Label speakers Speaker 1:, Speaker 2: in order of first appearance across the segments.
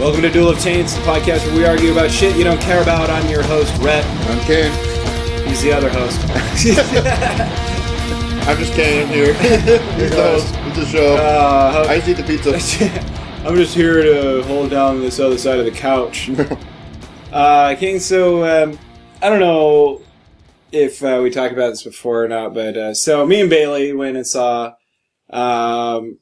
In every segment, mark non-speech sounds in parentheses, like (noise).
Speaker 1: Welcome to Duel of Taints, the podcast where we argue about shit you don't care about. I'm your host, Rhett.
Speaker 2: I'm Kane.
Speaker 1: He's the other host.
Speaker 2: I'm just Kane here. (laughs) He's the host of the show.
Speaker 1: Uh, (laughs)
Speaker 2: I just eat the pizza.
Speaker 1: I'm just here to hold down this other side of the couch. uh, King, so um, I don't know if uh, we talked about this before or not, but uh, so me and Bailey went and saw. Um,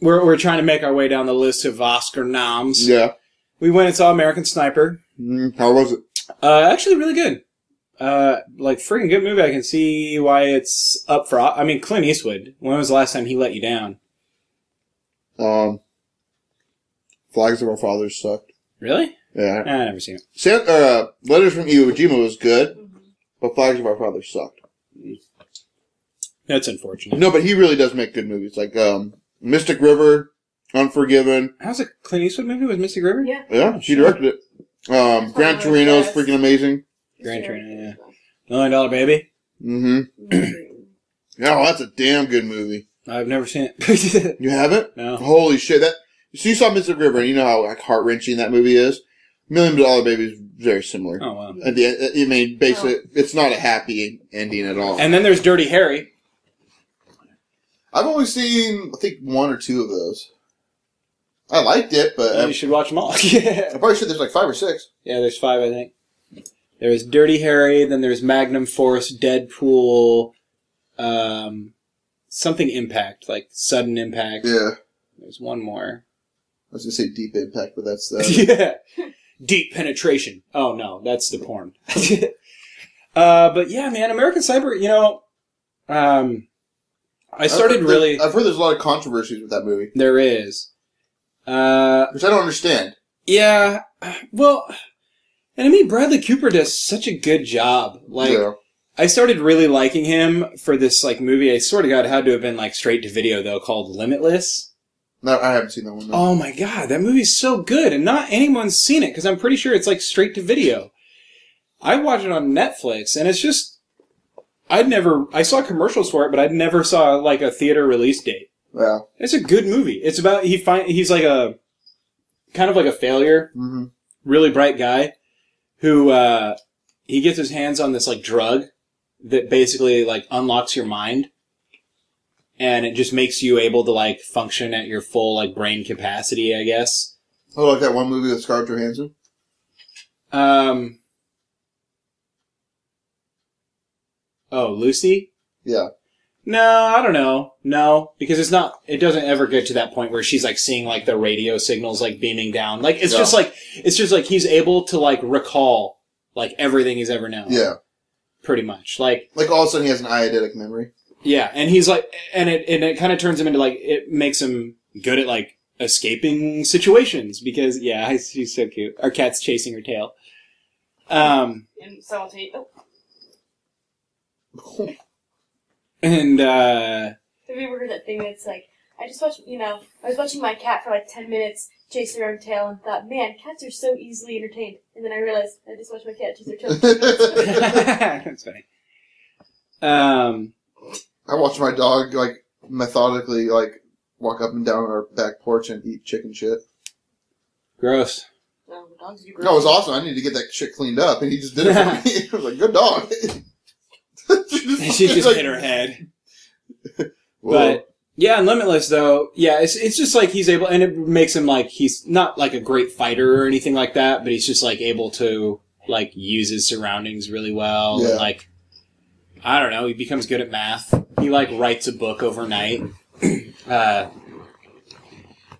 Speaker 1: we're, we're trying to make our way down the list of Oscar noms.
Speaker 2: yeah.
Speaker 1: We went and saw American Sniper.
Speaker 2: Mm, how was it?
Speaker 1: Uh, actually, really good. Uh, like freaking good movie. I can see why it's up for. I mean, Clint Eastwood. When was the last time he let you down?
Speaker 2: Um, Flags of Our Fathers sucked.
Speaker 1: Really?
Speaker 2: Yeah.
Speaker 1: Nah, I never seen it.
Speaker 2: San- or, uh, Letters from Iwo Jima was good, but Flags of Our Fathers sucked.
Speaker 1: That's unfortunate.
Speaker 2: No, but he really does make good movies. Like um, Mystic River, Unforgiven.
Speaker 1: How's a Clint Eastwood movie? Was Mystic River?
Speaker 3: Yeah.
Speaker 2: Yeah, she directed it. Um, Gran Torino is freaking amazing.
Speaker 1: Gran Torino, Million Dollar Baby.
Speaker 2: Mm-hmm. Yeah, well, that's a damn good movie.
Speaker 1: I've never seen it. (laughs)
Speaker 2: You haven't?
Speaker 1: no.
Speaker 2: Holy shit! That so you saw Mystic River, and you know how like heart wrenching that movie is. Million Dollar Baby is very similar.
Speaker 1: Oh wow.
Speaker 2: At the end, I mean, basically, it's not a happy ending at all.
Speaker 1: And then there's Dirty Harry.
Speaker 2: I've only seen, I think, one or two of those. I liked it, but
Speaker 1: You
Speaker 2: I'm,
Speaker 1: should watch them all. (laughs) yeah.
Speaker 2: I'm probably sure there's like five or six.
Speaker 1: Yeah. There's five, I think. There was Dirty Harry. Then there's Magnum Force, Deadpool, um, something Impact, like sudden impact.
Speaker 2: Yeah, I
Speaker 1: There's one more.
Speaker 2: was gonna say Deep Impact, but that's uh, (laughs)
Speaker 1: yeah. Deep penetration. Oh no, that's the
Speaker 2: (laughs)
Speaker 1: porn. uh, but yeah, man, American Cyber. You know, um, (laughs) I started
Speaker 2: I've heard-
Speaker 1: really.
Speaker 2: I've heard there's a lot of controversies with that movie,
Speaker 1: there is. Uh,
Speaker 2: which I don't understand.
Speaker 1: yeah. Well, and I mean, Bradley Cooper does such a good job. Like,
Speaker 2: yeah.
Speaker 1: I started really liking him for this like movie. I swear to God, it had to have been like straight to video though, called Limitless.
Speaker 2: No, I haven't seen that one. though.
Speaker 1: Oh my god, that movie's so good, and not anyone's seen it because I'm pretty sure it's like straight to video. I watched it on Netflix, and it's just I'd never I saw commercials for it, but I'd never saw like a theater release date.
Speaker 2: Yeah.
Speaker 1: It's a good movie. It's about he find he's like a kind of like a failure,
Speaker 2: hmm
Speaker 1: really bright guy who uh, he gets his hands on this like drug that basically like unlocks your mind. And it just makes you able to like function at your full like brain capacity, I guess.
Speaker 2: Oh, like that one movie with Scarlett Johansson.
Speaker 1: Um. Oh, Lucy?
Speaker 2: Yeah.
Speaker 1: No, I don't know. No, because it's not. It doesn't ever get to that point where she's like seeing like the radio signals like beaming down. Like it's
Speaker 2: No.
Speaker 1: just like it's just like he's able to like recall like everything he's ever known.
Speaker 2: Yeah.
Speaker 1: pretty much. Like
Speaker 2: Like all of a sudden he has an eidetic memory.
Speaker 1: yeah, and he's like, and it and it kind of turns him into like it makes him good at like escaping situations because yeah, (laughs) she's so cute. Our cat's chasing her tail. Um.
Speaker 3: (clears throat) And simultaneously, oh,
Speaker 1: And uh (laughs)
Speaker 3: have you ever heard that thing that's like, I just watched, you know, I was watching my cat for like 10 minutes chase her own tail and thought, man, cats are so easily entertained. And then I realized I just watched my cat chase her
Speaker 1: (laughs)
Speaker 3: tail.
Speaker 1: that's funny. Um
Speaker 2: I watched my dog like methodically like walk up and down our back porch and eat chicken shit.
Speaker 1: gross. (laughs)
Speaker 3: no, dogs do gross.
Speaker 2: No, it was awesome. I need to get that shit cleaned up, and he just did it for me. (laughs) I was like, good dog. (laughs)
Speaker 1: She just hit her head.
Speaker 2: Whoa.
Speaker 1: But yeah, and Limitless though, yeah, it's it's just like he's able and it makes him like he's not like a great fighter or anything like that, but he's just like able to like use his surroundings really well.
Speaker 2: Yeah.
Speaker 1: And, like I don't know, he becomes good at math. He like writes a book overnight. (clears throat) uh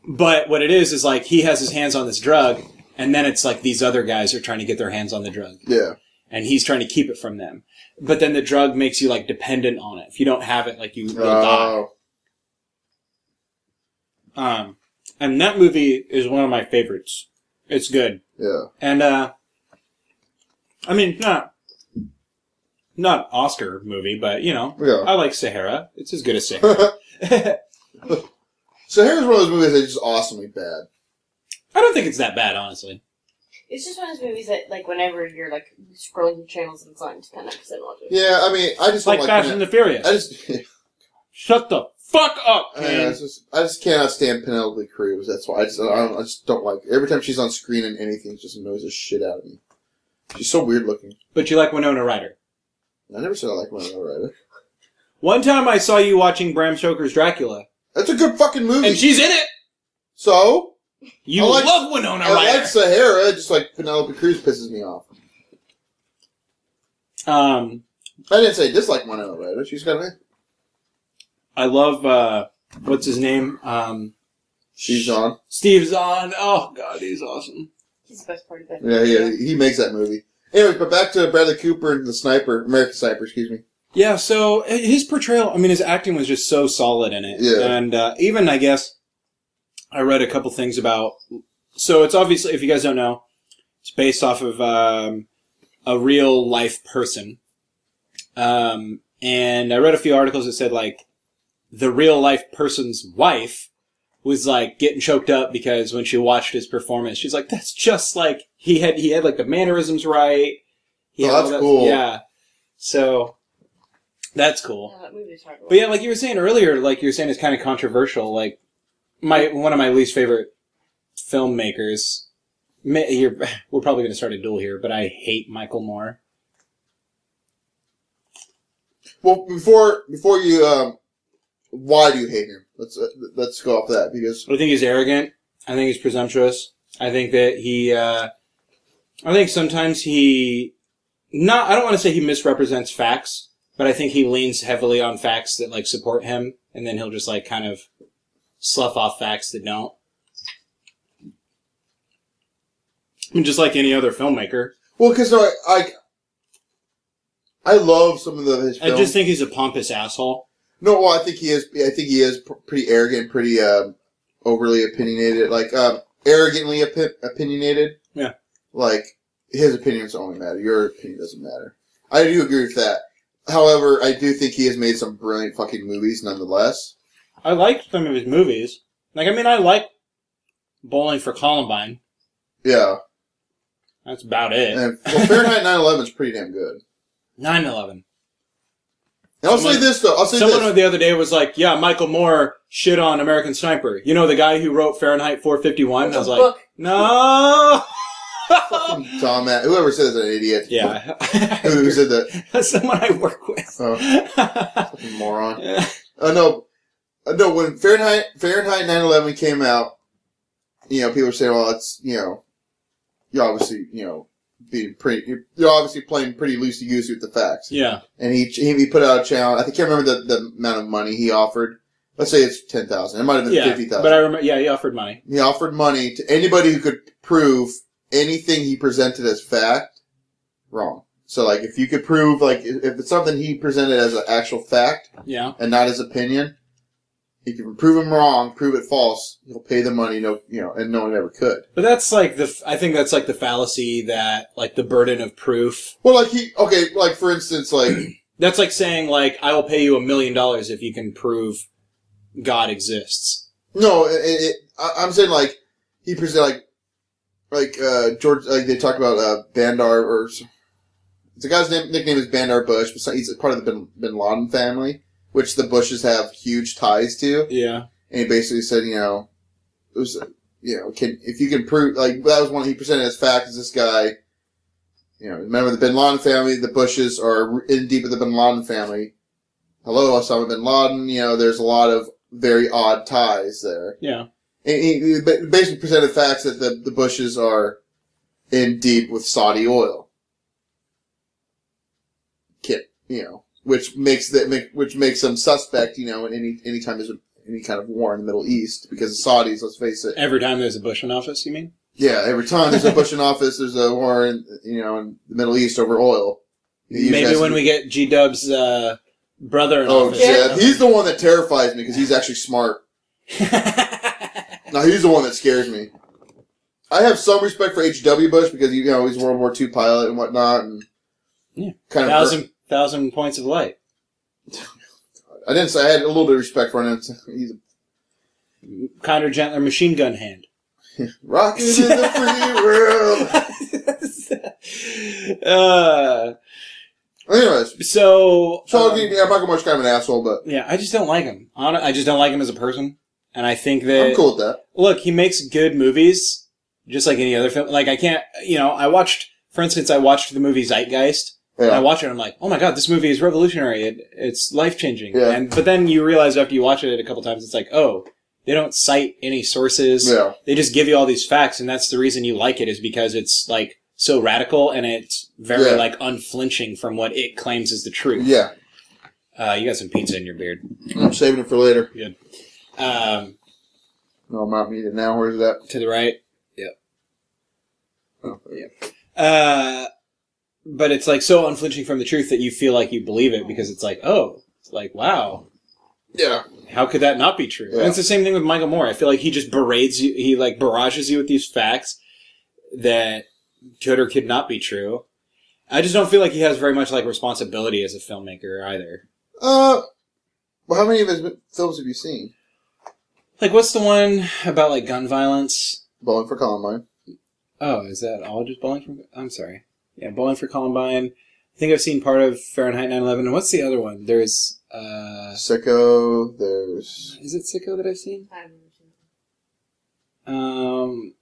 Speaker 1: but what it is is like he has his hands on this drug and then it's like these other guys are trying to get their hands on the drug
Speaker 2: yeah,
Speaker 1: and he's trying to keep it from them. But then the drug makes you like dependent on it. If you don't have it, like you will die.
Speaker 2: Oh.
Speaker 1: Um, and that movie is one of my favorites. It's good,
Speaker 2: yeah,
Speaker 1: and uh, I mean, it's not not Oscar movie, but you know,
Speaker 2: yeah. (laughs)
Speaker 1: I like Sahara. It's as good as Sahara. (laughs) I
Speaker 2: so here's one of those movies that's just awesomely bad.
Speaker 1: don't think it's that bad, honestly.
Speaker 3: It's just one of those movies that, like, whenever you're, like, scrolling through channels and it's on 10 episodes and watch it.
Speaker 2: Yeah, I mean, I just
Speaker 1: It's like
Speaker 2: don't (laughs)
Speaker 1: Fast and
Speaker 2: like.
Speaker 1: the Furious.
Speaker 2: I just
Speaker 1: Shut the fuck up,
Speaker 2: I, know,
Speaker 1: Kane.
Speaker 2: it's just- I just cannot stand Penelope Cruz. That's why I just I don't, I just don't like every time she's on screen and anything it just annoys the shit out of me. She's so weird looking.
Speaker 1: But you like Winona Ryder.
Speaker 2: I never said I like Winona Ryder.
Speaker 1: One time I saw you watching Bram Stoker's Dracula,
Speaker 2: That's a good fucking movie.
Speaker 1: and she's in it.
Speaker 2: so
Speaker 1: You
Speaker 2: I like-
Speaker 1: love Winona
Speaker 2: I
Speaker 1: Ryder.
Speaker 2: like Sahara, just like Penelope Cruz pisses me off.
Speaker 1: um,
Speaker 2: I didn't say I dislike Winona Ryder. She's got a
Speaker 1: I love uh, what's his name? Um,
Speaker 2: she's on.
Speaker 1: Steve Zahn. Oh god, he's awesome.
Speaker 3: He's the best part of that.
Speaker 2: Yeah, yeah, he makes that movie. Anyway, but back to Bradley Cooper and the Sniper, American Sniper, excuse me.
Speaker 1: Yeah, so eh, his portrayal, I mean, his acting was just so solid in it.
Speaker 2: Yeah.
Speaker 1: And uh, even, I guess, I read a couple things about. So it's obviously, if you guys don't know, it's based off of um, a real life person. Um, and I read a few articles that said, like, the real life person's wife was like getting choked up because when she watched his performance, she's like, "That's just like he had he had like the mannerisms right." He
Speaker 2: Oh,
Speaker 1: had all
Speaker 2: that's
Speaker 1: that-
Speaker 2: cool.
Speaker 1: Yeah, so that's cool.
Speaker 3: Yeah, Uh, that movie is horrible.
Speaker 1: But yeah, like you were saying earlier, like you were saying, it's kind of controversial. Like my one of my least favorite filmmakers. ma- You're, (laughs) we're probably going to start a duel here, but I hate Michael Moore.
Speaker 2: Well, before before you, um, why do you hate him? Let's uh, let's go off that because
Speaker 1: I think he's arrogant. I think he's presumptuous. I think that he, uh, I think sometimes he, not, I don't want to say he misrepresents facts, but I think he leans heavily on facts that like support him, and then he'll just like kind of slough off facts that don't. I mean, just like any other filmmaker,
Speaker 2: well, because no, I, I I love some of the his
Speaker 1: I
Speaker 2: films.
Speaker 1: just think he's a pompous asshole.
Speaker 2: no, well, I think he is. I think he is pr- pretty arrogant, pretty um, overly opinionated, like um, arrogantly opi- opinionated.
Speaker 1: Yeah.
Speaker 2: like his opinions only matter. Your opinion doesn't matter. I do agree with that. However, I do think he has made some brilliant fucking movies, nonetheless.
Speaker 1: I like some of his movies. Like, I mean, I like Bowling for Columbine.
Speaker 2: Yeah,
Speaker 1: That's about it.
Speaker 2: and well, Fahrenheit 9/11 is pretty damn good.
Speaker 1: Nine Eleven.
Speaker 2: And I'll
Speaker 1: Someone-
Speaker 2: say this though. I'll say
Speaker 1: Someone
Speaker 2: this.
Speaker 1: the other day was like, "Yeah, Michael Moore shit on American Sniper." You know the guy who wrote Fahrenheit 451. I was
Speaker 3: It's a
Speaker 1: like,
Speaker 3: book.
Speaker 1: "No."
Speaker 2: Fucking dumbass. Whoever says an idiot.
Speaker 1: (laughs) yeah,
Speaker 2: Who said that?
Speaker 1: (laughs) that's someone I work with. (laughs)
Speaker 2: Oh,
Speaker 1: yeah,
Speaker 2: fucking moron. Oh no, Uh, no. When Fahrenheit Fahrenheit 9/11 came out, you know, people were saying, "Well, it's you know, you're obviously you know being pretty. You're, you're obviously playing pretty loosey goosey with the facts."
Speaker 1: yeah,
Speaker 2: And he he put out a challenge. I think- can't remember the, the amount of money he offered. Let's say it's ten thousand. It might have been
Speaker 1: yeah.
Speaker 2: fifty thousand.
Speaker 1: But I remember. Yeah, he offered money.
Speaker 2: He offered money to anybody who could prove anything he presented as fact wrong. So, like, if you could prove, like, if if it's something he presented as an actual fact
Speaker 1: Yeah,
Speaker 2: and not his opinion, he can prove him wrong, prove it false. He'll pay the money, no, you know, and no one ever could.
Speaker 1: but that's like the. I think that's like the fallacy that like the burden of proof.
Speaker 2: Well, like he, okay, like for instance, like (clears throat)
Speaker 1: That's like saying like I will pay you a million dollars if you can prove God exists.
Speaker 2: No, it, it, it, I, I'm saying like he presented like like uh, George like they talked about uh, Bandar or s- the guy's name nickname is Bandar Bush, but so- he's a part of the Bin, Bin Laden family, which the Bushes have huge ties to.
Speaker 1: Yeah,
Speaker 2: And he basically said, you know, it was uh, you know can if you can prove like that was one he presented as fact is this guy. You know, remember the Bin Laden family, the Bushes are in deep with the Bin Laden family. Hello, Osama Bin Laden. You know, there's a lot of very odd ties there.
Speaker 1: yeah,
Speaker 2: And he he ba- basically presented facts that the, the Bushes are in deep with Saudi oil. Kit, you know, which makes that make, which makes them suspect, you know, in any any time there's a, any kind of war in the Middle East because the Saudis, let's face it,
Speaker 1: every time there's a Bush in office. You mean?
Speaker 2: yeah, every time there's a Bush in office, there's a war in you know in the Middle East over oil. He
Speaker 1: Maybe
Speaker 2: has-
Speaker 1: when we get G Dub's uh, brother in
Speaker 2: oh
Speaker 1: office.
Speaker 2: Jeb, he's the one that terrifies me because he's actually smart. No, he's the one that scares me. I have some respect for H.W. Bush because you know he's a World War II pilot and whatnot, and
Speaker 1: Yeah.
Speaker 2: kind
Speaker 1: (laughs)
Speaker 2: of.
Speaker 1: thousand thousand points of light.
Speaker 2: I didn't say I had a little bit of respect for him. He's a
Speaker 1: Kinder, gentler machine gun hand. (laughs)
Speaker 2: rocket in the free world.
Speaker 1: uh,
Speaker 2: I Anyways,
Speaker 1: So,
Speaker 2: so
Speaker 1: um,
Speaker 2: yeah, Michael Moore's kind of an asshole, but
Speaker 1: yeah, I just don't like him. Hon- I just don't like him as a person, and I think that
Speaker 2: I'm cool with that.
Speaker 1: look, he makes good movies, just like any other film. Like I can't, you know, I watched, for instance, I watched the movie Zeitgeist. And I
Speaker 2: Yeah,
Speaker 1: watch it, and I'm like, oh my god, this movie is revolutionary. It, it's life changing.
Speaker 2: Yeah.
Speaker 1: And but then you realize after you watch it a couple times, it's like, oh, they don't cite any sources.
Speaker 2: yeah,
Speaker 1: They just give you all these facts, and that's the reason you like it is because it's like so radical and it's very
Speaker 2: Yeah.
Speaker 1: like unflinching from what it claims is the truth.
Speaker 2: yeah.
Speaker 1: Uh, you got some pizza in your beard.
Speaker 2: I'm saving it for later.
Speaker 1: Um,
Speaker 2: No, I'm not eating it now. Where's that?
Speaker 1: to the right.
Speaker 2: Oh,
Speaker 1: Uh, but it's like so unflinching from the truth that you feel like you believe it because it's like, oh, it's like wow,
Speaker 2: yeah,
Speaker 1: how could that not be true?
Speaker 2: Yeah.
Speaker 1: And it's the same thing with Michael Moore. I feel like he just berates you, he like barrages you with these facts that could or could not be true. I just don't feel like he has very much like responsibility as a filmmaker either.
Speaker 2: Uh, well, how many of his films have you seen?
Speaker 1: Like, what's the one about like gun violence?
Speaker 2: Bowling for Columbine.
Speaker 1: Oh, is that all just Bowling for? I'm sorry. Yeah, Bowling for Columbine. I think I've seen part of Fahrenheit 9/11. And what's the other one? There's uh,
Speaker 2: Sicko. There's
Speaker 1: is it Sicko that I've seen?
Speaker 3: I don't know.
Speaker 1: Um,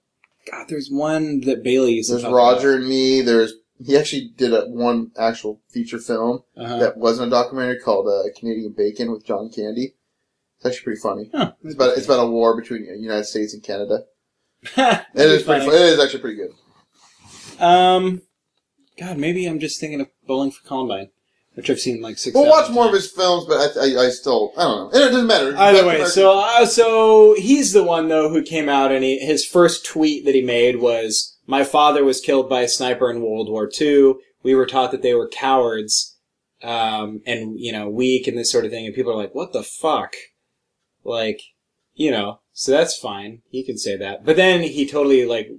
Speaker 1: God, there's one that Bailey used to
Speaker 2: there's
Speaker 1: talk about.
Speaker 2: Roger and Me. There's he actually did a, one actual feature film
Speaker 1: Uh-huh.
Speaker 2: that wasn't a documentary called uh, Canadian Bacon with John Candy. It's actually pretty funny.
Speaker 1: Huh.
Speaker 2: It's
Speaker 1: (laughs)
Speaker 2: about it's about a war between the United States and Canada.
Speaker 1: That'd
Speaker 2: It
Speaker 1: be
Speaker 2: is pretty. Fu- it is actually pretty good.
Speaker 1: Um, God, maybe I'm just thinking of Bowling for Columbine, which I've seen like six.
Speaker 2: We'll watch
Speaker 1: thousand
Speaker 2: more of
Speaker 1: times.
Speaker 2: his films, but I, I, I still I don't know. And it doesn't matter.
Speaker 1: Either
Speaker 2: That's
Speaker 1: way,
Speaker 2: American-
Speaker 1: so uh, so he's the one though who came out and he, his first tweet that he made was, "My father was killed by a sniper in World War II. We were taught that they were cowards, um, and you know, weak and this sort of thing." And people are like, "What the fuck?" Like, you know, so that's fine. He can say that, but then he totally like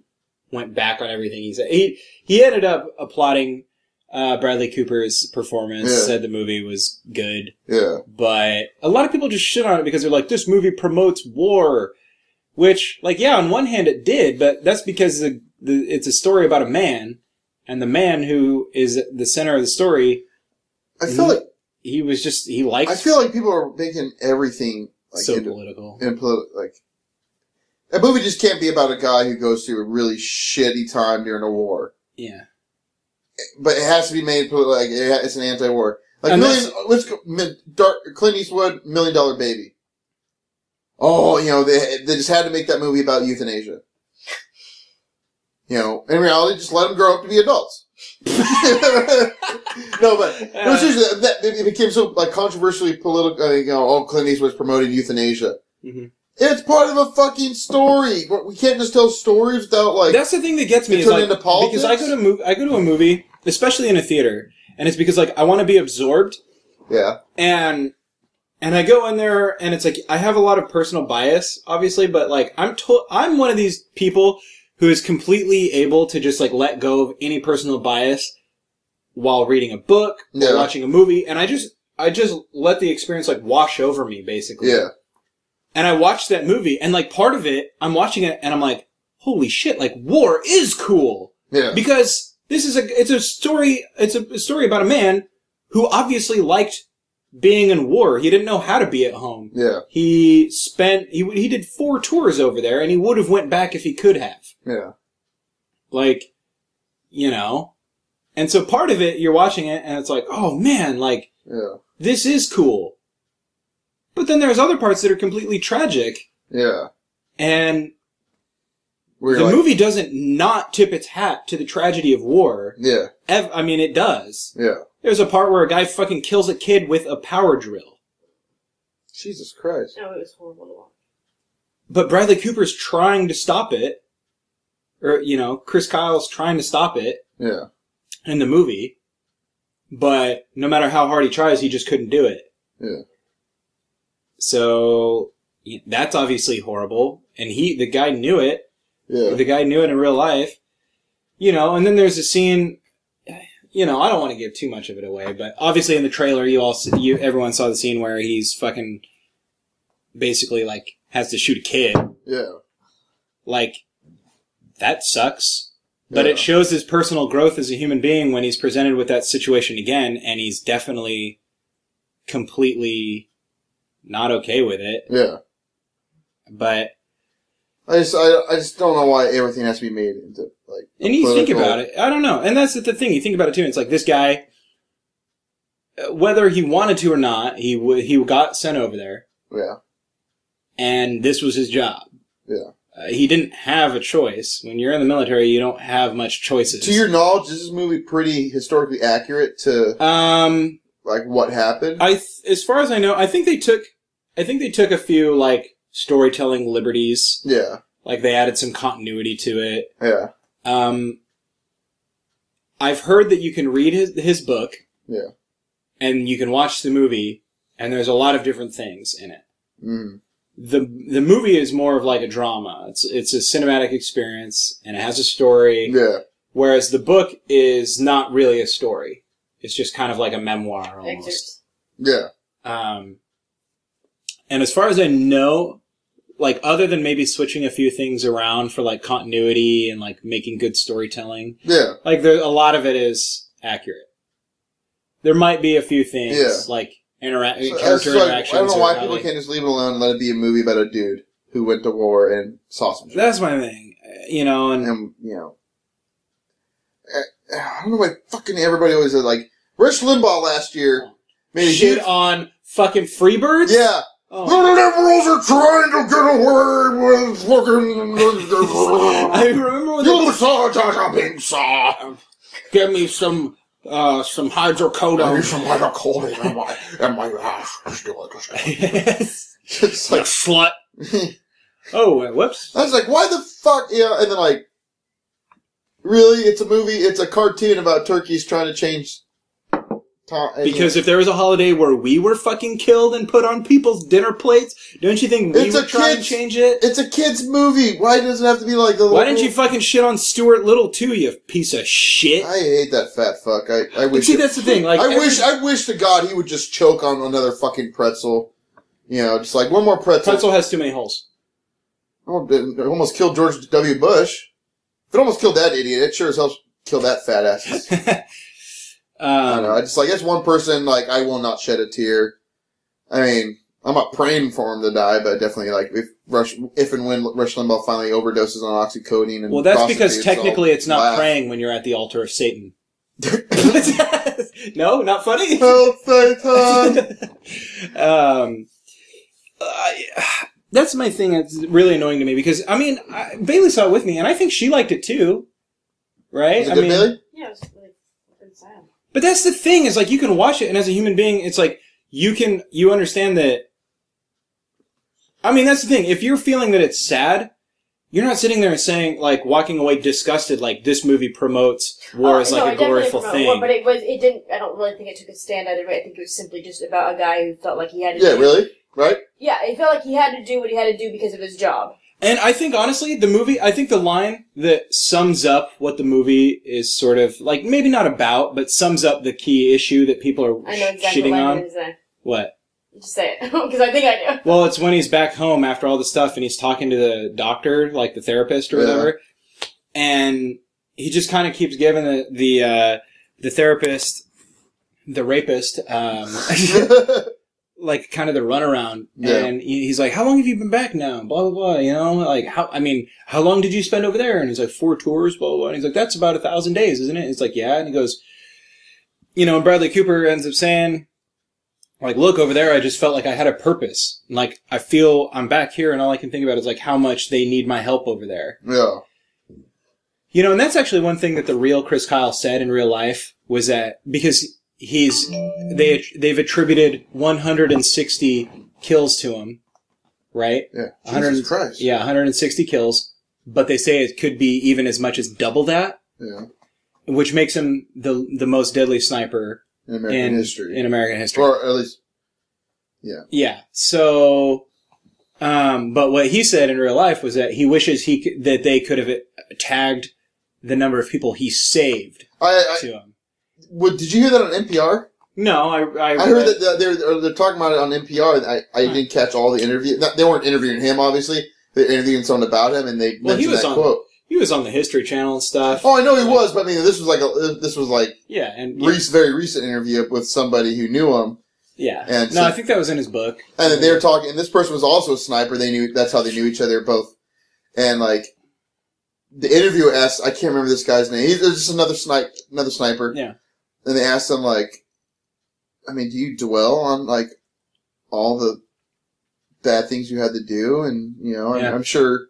Speaker 1: went back on everything he said. He he ended up applauding uh, Bradley Cooper's performance.
Speaker 2: Yeah.
Speaker 1: Said the movie was good
Speaker 2: yeah,
Speaker 1: but a lot of people just shit on it because they're like, this movie promotes war, which, like, yeah, on one hand it did, but that's because the, the it's a story about a man, and the man who is at the center of the story,
Speaker 2: I feel like
Speaker 1: he was just he
Speaker 2: I
Speaker 1: likes
Speaker 2: feel like people are making everything like
Speaker 1: so
Speaker 2: into-
Speaker 1: political.
Speaker 2: and poli- like a movie just can't be about a guy who goes through a really shitty time during a war.
Speaker 1: Yeah,
Speaker 2: But it has to be made poli- like it ha- it's an anti-war. Like
Speaker 1: And
Speaker 2: million, let's go mid, dark, Clint Eastwood, Million Dollar Baby. Oh, you know they they just had to make that movie about euthanasia. You know, in reality, just let them grow up to be adults. (laughs) no, but no, seriously, that, that- it became so like controversially political. uh, You know, all Clint Eastwood's promoting euthanasia.
Speaker 1: Mhm.
Speaker 2: It's part of a fucking story. We- We can't just tell stories without like.
Speaker 1: that's the thing that gets me
Speaker 2: It
Speaker 1: is
Speaker 2: turned
Speaker 1: like
Speaker 2: into politics?
Speaker 1: because I go to mov- I go to a movie, especially in a theater, and it's because like I want to be absorbed
Speaker 2: yeah,
Speaker 1: and and I go in there and it's like I have a lot of personal bias, obviously, but like I'm to- I'm one of these people who is completely able to just like let go of any personal bias while reading a book or
Speaker 2: Yeah.
Speaker 1: watching a movie, and I just I just let the experience like wash over me basically.
Speaker 2: yeah,
Speaker 1: And I watched that movie, and like part of it, I'm watching it, and I'm like, holy shit, like war is cool
Speaker 2: yeah,
Speaker 1: because this is a it's a story it's a, story about a man who obviously liked being in war. He didn't know how to be at home.
Speaker 2: yeah,
Speaker 1: He spent he he did four tours over there, and he would have went back if he could have.
Speaker 2: yeah.
Speaker 1: Like, you know, and so part of it you're watching it, and it's like, oh man, like
Speaker 2: Yeah,
Speaker 1: this is cool. But then there's other parts that are completely tragic,
Speaker 2: yeah.
Speaker 1: and
Speaker 2: We're
Speaker 1: the
Speaker 2: like,
Speaker 1: movie doesn't not tip its hat to the tragedy of war.
Speaker 2: yeah,
Speaker 1: Ev- I mean, it does.
Speaker 2: yeah.
Speaker 1: There's a part where a guy fucking kills a kid with a power drill.
Speaker 2: Jesus Christ.
Speaker 3: No, it was horrible to watch.
Speaker 1: But Bradley Cooper's trying to stop it. Or, you know, Chris Kyle's trying to stop it
Speaker 2: Yeah,
Speaker 1: in the movie. But no matter how hard he tries, he just couldn't do it.
Speaker 2: Yeah.
Speaker 1: So y- that's obviously horrible. And he, the guy knew it.
Speaker 2: yeah,
Speaker 1: The guy knew it in real life. You know, and then there's a scene, you know, I don't want to give too much of it away, but obviously in the trailer, you all, s- you, everyone saw the scene where he's fucking basically like has to shoot a kid.
Speaker 2: yeah.
Speaker 1: Like, that sucks. But
Speaker 2: Yeah.
Speaker 1: it shows his personal growth as a human being when he's presented with that situation again, and he's definitely completely not okay with it.
Speaker 2: Yeah.
Speaker 1: But
Speaker 2: I just I, I just don't know why everything has to be made into like. a
Speaker 1: and you think
Speaker 2: political-
Speaker 1: about it, I don't know, and that's the thing. You think about it too. and It's like this guy, uh, whether he wanted to or not, he w- he got sent over there,
Speaker 2: Yeah.
Speaker 1: and this was his job.
Speaker 2: Yeah.
Speaker 1: Uh, he didn't have a choice. When you're in the military, you don't have much choices.
Speaker 2: To your knowledge, is this movie pretty historically accurate to
Speaker 1: um,
Speaker 2: like what happened?
Speaker 1: I th- as far as I know, I think they took I think they took a few like storytelling liberties.
Speaker 2: yeah.
Speaker 1: Like they added some continuity to it.
Speaker 2: Yeah.
Speaker 1: Um, I've heard that you can read his his book.
Speaker 2: Yeah.
Speaker 1: And you can watch the movie, and there's a lot of different things in it.
Speaker 2: Mm.
Speaker 1: the The movie is more of like a drama. It's it's a cinematic experience, and it has a story.
Speaker 2: Yeah.
Speaker 1: Whereas the book is not really a story. It's just kind of like a memoir almost.
Speaker 3: Excerpts.
Speaker 2: Yeah.
Speaker 1: Um, and as far as I know, like other than maybe switching a few things around for like continuity and like making good storytelling,
Speaker 2: Yeah.
Speaker 1: like there a lot of it is accurate. There might be a few things
Speaker 2: Yeah.
Speaker 1: like intera-
Speaker 2: So, that's
Speaker 1: character
Speaker 2: like-
Speaker 1: interactions.
Speaker 2: I don't know
Speaker 1: or
Speaker 2: why
Speaker 1: how
Speaker 2: people
Speaker 1: they-
Speaker 2: can't just leave it alone and let it be a movie about a dude who went to war and saw some shit.
Speaker 1: That's my thing, uh, you know. And
Speaker 2: and you know, I- I don't know why fucking everybody always says like Rich Limbaugh last year made a
Speaker 1: shit uh,
Speaker 2: huge-
Speaker 1: on fucking Freebirds.
Speaker 2: (laughs) yeah. The
Speaker 1: Oh.
Speaker 2: liberals are trying to get away
Speaker 1: I
Speaker 2: with
Speaker 1: (laughs)
Speaker 2: fucking.
Speaker 1: remember when
Speaker 2: you
Speaker 1: they
Speaker 2: apologize, I'm being sorry.
Speaker 1: give me some uh some
Speaker 2: I need
Speaker 1: hydrocodone.
Speaker 2: some lighter cold in my in my ass. Just do
Speaker 1: (laughs)
Speaker 2: it, just do it. It's
Speaker 1: like (laughs)
Speaker 2: like
Speaker 1: slut. Oh, uh,
Speaker 2: (laughs)
Speaker 1: whoops.
Speaker 2: I was like, why the fuck? You know, and then like, really? It's a movie. It's a cartoon about turkeys trying to change. Time,
Speaker 1: Because if there was a holiday where we were fucking killed and put on people's dinner plates, don't you think we
Speaker 2: It's a
Speaker 1: would try and
Speaker 2: kid's-
Speaker 1: change it?
Speaker 2: It's a kids' movie. Why does it have to be like the?
Speaker 1: Why
Speaker 2: little-
Speaker 1: didn't you fucking shit on Stuart Little too, you piece of shit?
Speaker 2: I hate that fat fuck. I, I
Speaker 1: But
Speaker 2: wish.
Speaker 1: see,
Speaker 2: it-
Speaker 1: that's the thing. Like,
Speaker 2: I
Speaker 1: every-
Speaker 2: wish. I wish to God he would just choke on another fucking pretzel. You know, just like one more pretzel.
Speaker 1: pretzel has too many holes.
Speaker 2: Oh, it almost killed George W. Bush. If it almost killed that idiot, it sure as hell killed that fat ass. I don't know. I
Speaker 1: Um,
Speaker 2: just like that's one person. Like I will not shed a tear. I mean, I'm not praying for him to die, but definitely like if Rush, if and when Rush Limbaugh finally overdoses on oxycodone and
Speaker 1: well, that's
Speaker 2: prostitutes,
Speaker 1: because technically
Speaker 2: I'll
Speaker 1: it's not
Speaker 2: laugh.
Speaker 1: praying when you're at the altar of
Speaker 2: (laughs)
Speaker 1: Satan. (laughs) no, not funny.
Speaker 2: Help,
Speaker 1: (laughs)
Speaker 2: Satan!
Speaker 1: um, I- that's my thing. That's really annoying to me because I mean I, Bailey saw it with me, and I think she liked it too, right?
Speaker 2: Is it
Speaker 1: I
Speaker 2: good,
Speaker 1: mean,
Speaker 2: Bailey?
Speaker 3: Yeah, it was like fucking silent.
Speaker 1: but that's the thing is like you can watch it, and as a human being, it's like you can you understand that. I mean, that's the thing. If you're feeling that it's sad. You're not sitting there and saying, like, walking away disgusted, like, this movie promotes war
Speaker 3: Oh,
Speaker 1: as,
Speaker 3: no, I
Speaker 1: like, a
Speaker 3: definitely
Speaker 1: glorious
Speaker 3: promote
Speaker 1: thing.
Speaker 3: war, but it was. It didn't. I don't really think it took a stand out of it. I think it was simply just about a guy who felt like he had to.
Speaker 2: Yeah,
Speaker 3: do,
Speaker 2: really?
Speaker 1: (laughs)
Speaker 2: Right?
Speaker 3: Yeah, it felt like he had to do what he had to do because of his job.
Speaker 1: And I think honestly, the movie, I think the line that sums up what the movie is sort of like, maybe not about, but sums up the key issue that people are
Speaker 3: I know
Speaker 1: sh-
Speaker 3: exactly
Speaker 1: shitting
Speaker 3: what
Speaker 1: on.
Speaker 3: it is. Then.
Speaker 1: What?
Speaker 3: Just say it (laughs) because I think I do.
Speaker 1: (laughs) Well, it's when he's back home after all the stuff and he's talking to the doctor, like the therapist or
Speaker 2: Yeah.
Speaker 1: whatever. And he just kind of keeps giving the, the, uh, the therapist, the rapist,
Speaker 2: (laughs)
Speaker 1: um, (laughs) like kind of the runaround
Speaker 2: Yeah.
Speaker 1: and he- he's like how long have you been back now blah blah blah you know like how i mean how long did you spend over there and he's like four tours blah blah, blah. and he's like that's about a thousand days isn't it it's like yeah and he goes you know and bradley cooper ends up saying like look over there i just felt like i had a purpose and like i feel i'm back here and all i can think about is like how much they need my help over there
Speaker 2: yeah.
Speaker 1: you know, and that's actually one thing that the real Chris Kyle said in real life was that because he's they they've attributed 160 kills to him, right?
Speaker 2: Yeah.
Speaker 1: hundred-
Speaker 2: Jesus Christ.
Speaker 1: Yeah, 160 kills, but they say it could be even as much as double that,
Speaker 2: Yeah.
Speaker 1: which makes him the the most deadly sniper
Speaker 2: In American
Speaker 1: in
Speaker 2: history.
Speaker 1: in American history.
Speaker 2: or at least,
Speaker 1: Yeah. So, um, but what he said in real life was that he wishes he c- that they could have tagged the number of people he saved
Speaker 2: I, I
Speaker 1: to him.
Speaker 2: what, did you hear that on NPR?
Speaker 1: No, I I,
Speaker 2: I heard that they're- they're they're talking about it on NPR. I, I didn't catch all the interview. Not, they weren't interviewing him, obviously. They're interviewing someone about him, and they
Speaker 1: Well, he
Speaker 2: mentioned
Speaker 1: was
Speaker 2: that
Speaker 1: on-
Speaker 2: quote.
Speaker 1: he He was on the History Channel and stuff.
Speaker 2: Oh, I know he was, but I mean, this was like a this was like
Speaker 1: Yeah, and
Speaker 2: rec- very recent interview with somebody who knew him,
Speaker 1: yeah.
Speaker 2: and
Speaker 1: no,
Speaker 2: so-
Speaker 1: I think that was in his book.
Speaker 2: and then they were talking. And this person was also a sniper. They knew that's how they knew each other both. And like the interviewer asked, I can't remember this guy's name. He's just another snipe, another sniper.
Speaker 1: Yeah.
Speaker 2: And they asked him like, I mean, do you dwell on like all the bad things you had to do? And you know, I'm,
Speaker 1: Yeah.
Speaker 2: I'm sure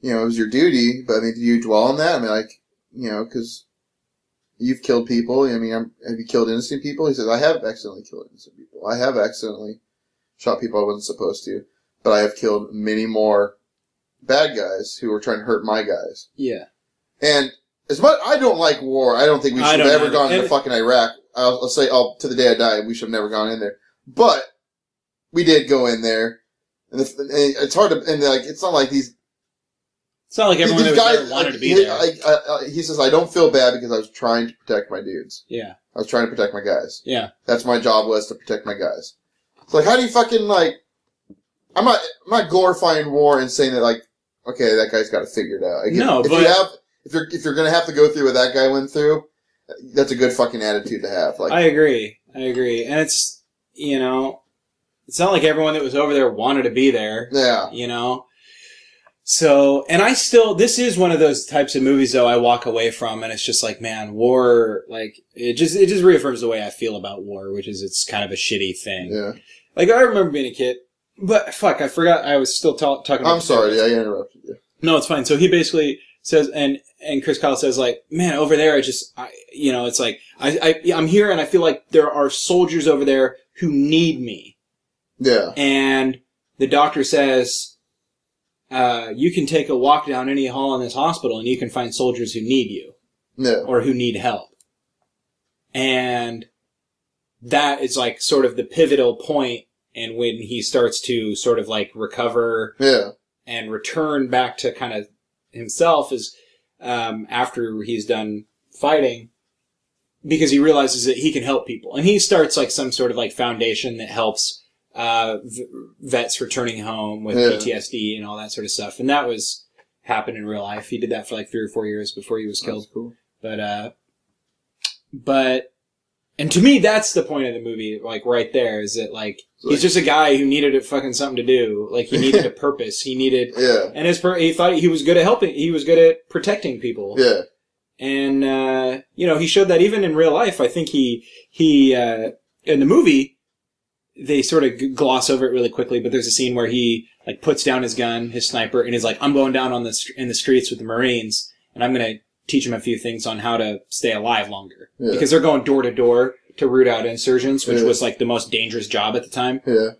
Speaker 2: you know it was your duty, but I mean, do you dwell on that? I mean, like you know, because you've killed people. I mean, I'm, have you killed innocent people? He says, I have accidentally killed innocent people. I have accidentally shot people I wasn't supposed to, but I have killed many more bad guys who were trying to hurt my guys.
Speaker 1: Yeah,
Speaker 2: And as much I don't like war, I don't think we
Speaker 1: I
Speaker 2: should have
Speaker 1: don't
Speaker 2: ever
Speaker 1: either.
Speaker 2: gone into
Speaker 1: And-
Speaker 2: fucking Iraq. I'll, I'll say, I'll, to the day I die, we should have never gone in there. But we did go in there, and, the, and it's hard to. And like, it's not like these
Speaker 1: it's not like everyone that
Speaker 2: these
Speaker 1: was
Speaker 2: guys
Speaker 1: there wanted
Speaker 2: like,
Speaker 1: to be
Speaker 2: he,
Speaker 1: there.
Speaker 2: like, uh, uh, he says, I don't feel bad because I was trying to protect my dudes.
Speaker 1: yeah,
Speaker 2: I was trying to protect my guys.
Speaker 1: yeah,
Speaker 2: That's my job was to protect my guys. It's like, how do you fucking like? I'm not. I'm not glorifying war and saying that like, okay, that guy's got it figured out. I get-
Speaker 1: No,
Speaker 2: if
Speaker 1: but-
Speaker 2: you have, if you're if you're gonna have to go through what that guy went through, that's a good fucking attitude to have. Like,
Speaker 1: I agree. I agree, and it's you know, it's not like everyone that was over there wanted to be there.
Speaker 2: yeah,
Speaker 1: you know so and i still this is one of those types of movies though i walk away from and it's just like man war like it just it just reaffirms the way i feel about war which is it's kind of a shitty thing
Speaker 2: yeah.
Speaker 1: like i remember being a kid but fuck i forgot i was still ta- talking about
Speaker 2: I'm sorry, yeah, I interrupted you.
Speaker 1: no, it's fine. So he basically says, and and Chris Kyle says, like, man, over there, I just, I, you know, it's like, I, I, I'm here, and I feel like there are soldiers over there who need me,
Speaker 2: Yeah,
Speaker 1: and the doctor says, uh, you can take a walk down any hall in this hospital, and you can find soldiers who need you
Speaker 2: yeah,
Speaker 1: or who need help, and that is like sort of the pivotal point, and when he starts to sort of like recover
Speaker 2: yeah,
Speaker 1: and return back to kind of himself is um, after he's done fighting because he realizes that he can help people and he starts like some sort of like foundation that helps uh, v- vets returning home with
Speaker 2: Yeah.
Speaker 1: PTSD and all that sort of stuff and that was happened in real life he did that for like three or four years before he was killed
Speaker 2: That's cool.
Speaker 1: but uh but and to me that's the point of the movie like right there is that like
Speaker 2: So,
Speaker 1: he's just a guy who needed a fucking something to do like he needed a purpose he needed
Speaker 2: yeah,
Speaker 1: and his per- he thought he was good at helping. He was good at protecting people.
Speaker 2: yeah,
Speaker 1: And uh, you know, he showed that even in real life. I think he he uh, in the movie they sort of g- gloss over it really quickly, but there's a scene where he like puts down his gun, his sniper, and he's like, "I'm going down on the str- in the streets with the Marines, and I'm gonna." Teach him a few things on how to stay alive longer
Speaker 2: Yeah.
Speaker 1: because they're going door to door to root out insurgents, which
Speaker 2: Yeah.
Speaker 1: was like the most dangerous job at the time.
Speaker 2: yeah,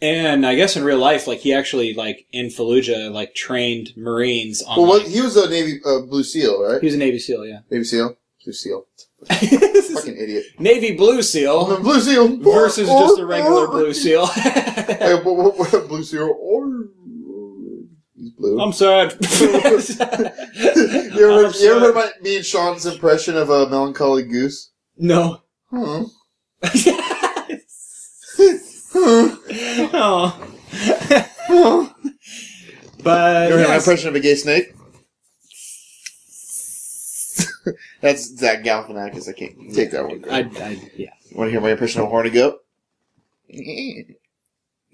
Speaker 1: And I guess in real life, like he actually like in Fallujah, like trained Marines on.
Speaker 2: Well, what,
Speaker 1: like-
Speaker 2: he was a Navy uh, Blue SEAL, right?
Speaker 1: he was a Navy SEAL, yeah. (laughs)
Speaker 2: Navy SEAL, Blue SEAL, fucking idiot.
Speaker 1: Navy Blue
Speaker 2: Oh,
Speaker 1: SEAL
Speaker 2: Blue SEAL
Speaker 1: versus just a regular Blue
Speaker 2: SEAL.
Speaker 1: SEAL.
Speaker 2: Hey, what, what, what, (laughs) blue seal or he's blue.
Speaker 1: (laughs)
Speaker 2: (laughs)
Speaker 1: I'm (laughs) sad.
Speaker 2: you ever,
Speaker 1: I'm
Speaker 2: you ever heard
Speaker 1: sad.
Speaker 2: my, me and Sean's impression of a melancholy goose?
Speaker 1: (laughs) No.
Speaker 2: Hmm.
Speaker 1: oh.
Speaker 2: Huh.
Speaker 1: (laughs) But
Speaker 2: you ever heard my
Speaker 1: yes.
Speaker 2: impression of a gay snake? (laughs) That's Zach Galifianakis. I can't take that one.
Speaker 1: I, I, yeah,
Speaker 2: Want to hear my impression of a horny goat? Want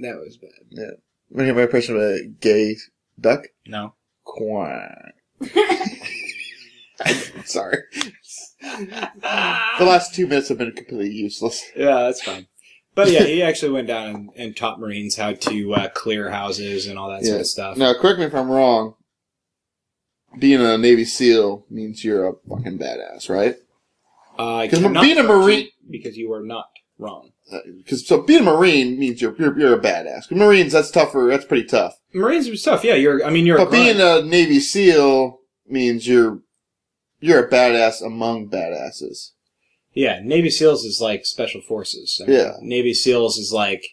Speaker 1: that was bad.
Speaker 2: to hear my impression of a gay duck?
Speaker 1: (laughs) No.
Speaker 2: Quack. (laughs) I'm sorry. The last two minutes have been completely useless.
Speaker 1: Yeah, that's fine. But yeah, he actually went down and, and taught Marines how to uh, clear houses and all that sort
Speaker 2: Yeah.
Speaker 1: of stuff.
Speaker 2: Now, correct me if I'm wrong. Being a Navy SEAL means you're a fucking badass, right?
Speaker 1: Uh, I
Speaker 2: 'Cause
Speaker 1: cannot
Speaker 2: being a
Speaker 1: correct you
Speaker 2: Marine-
Speaker 1: because you are not wrong.
Speaker 2: Because so being a Marine means you're you're, you're a badass. 'Cause Marines, that's tougher. That's pretty tough.
Speaker 1: Marines are tough. Yeah, you're. I mean, you're.
Speaker 2: But
Speaker 1: a grunt.
Speaker 2: being a Navy SEAL means you're you're a badass among badasses.
Speaker 1: yeah, Navy SEALs is like special forces.
Speaker 2: Yeah.
Speaker 1: Navy SEALs is like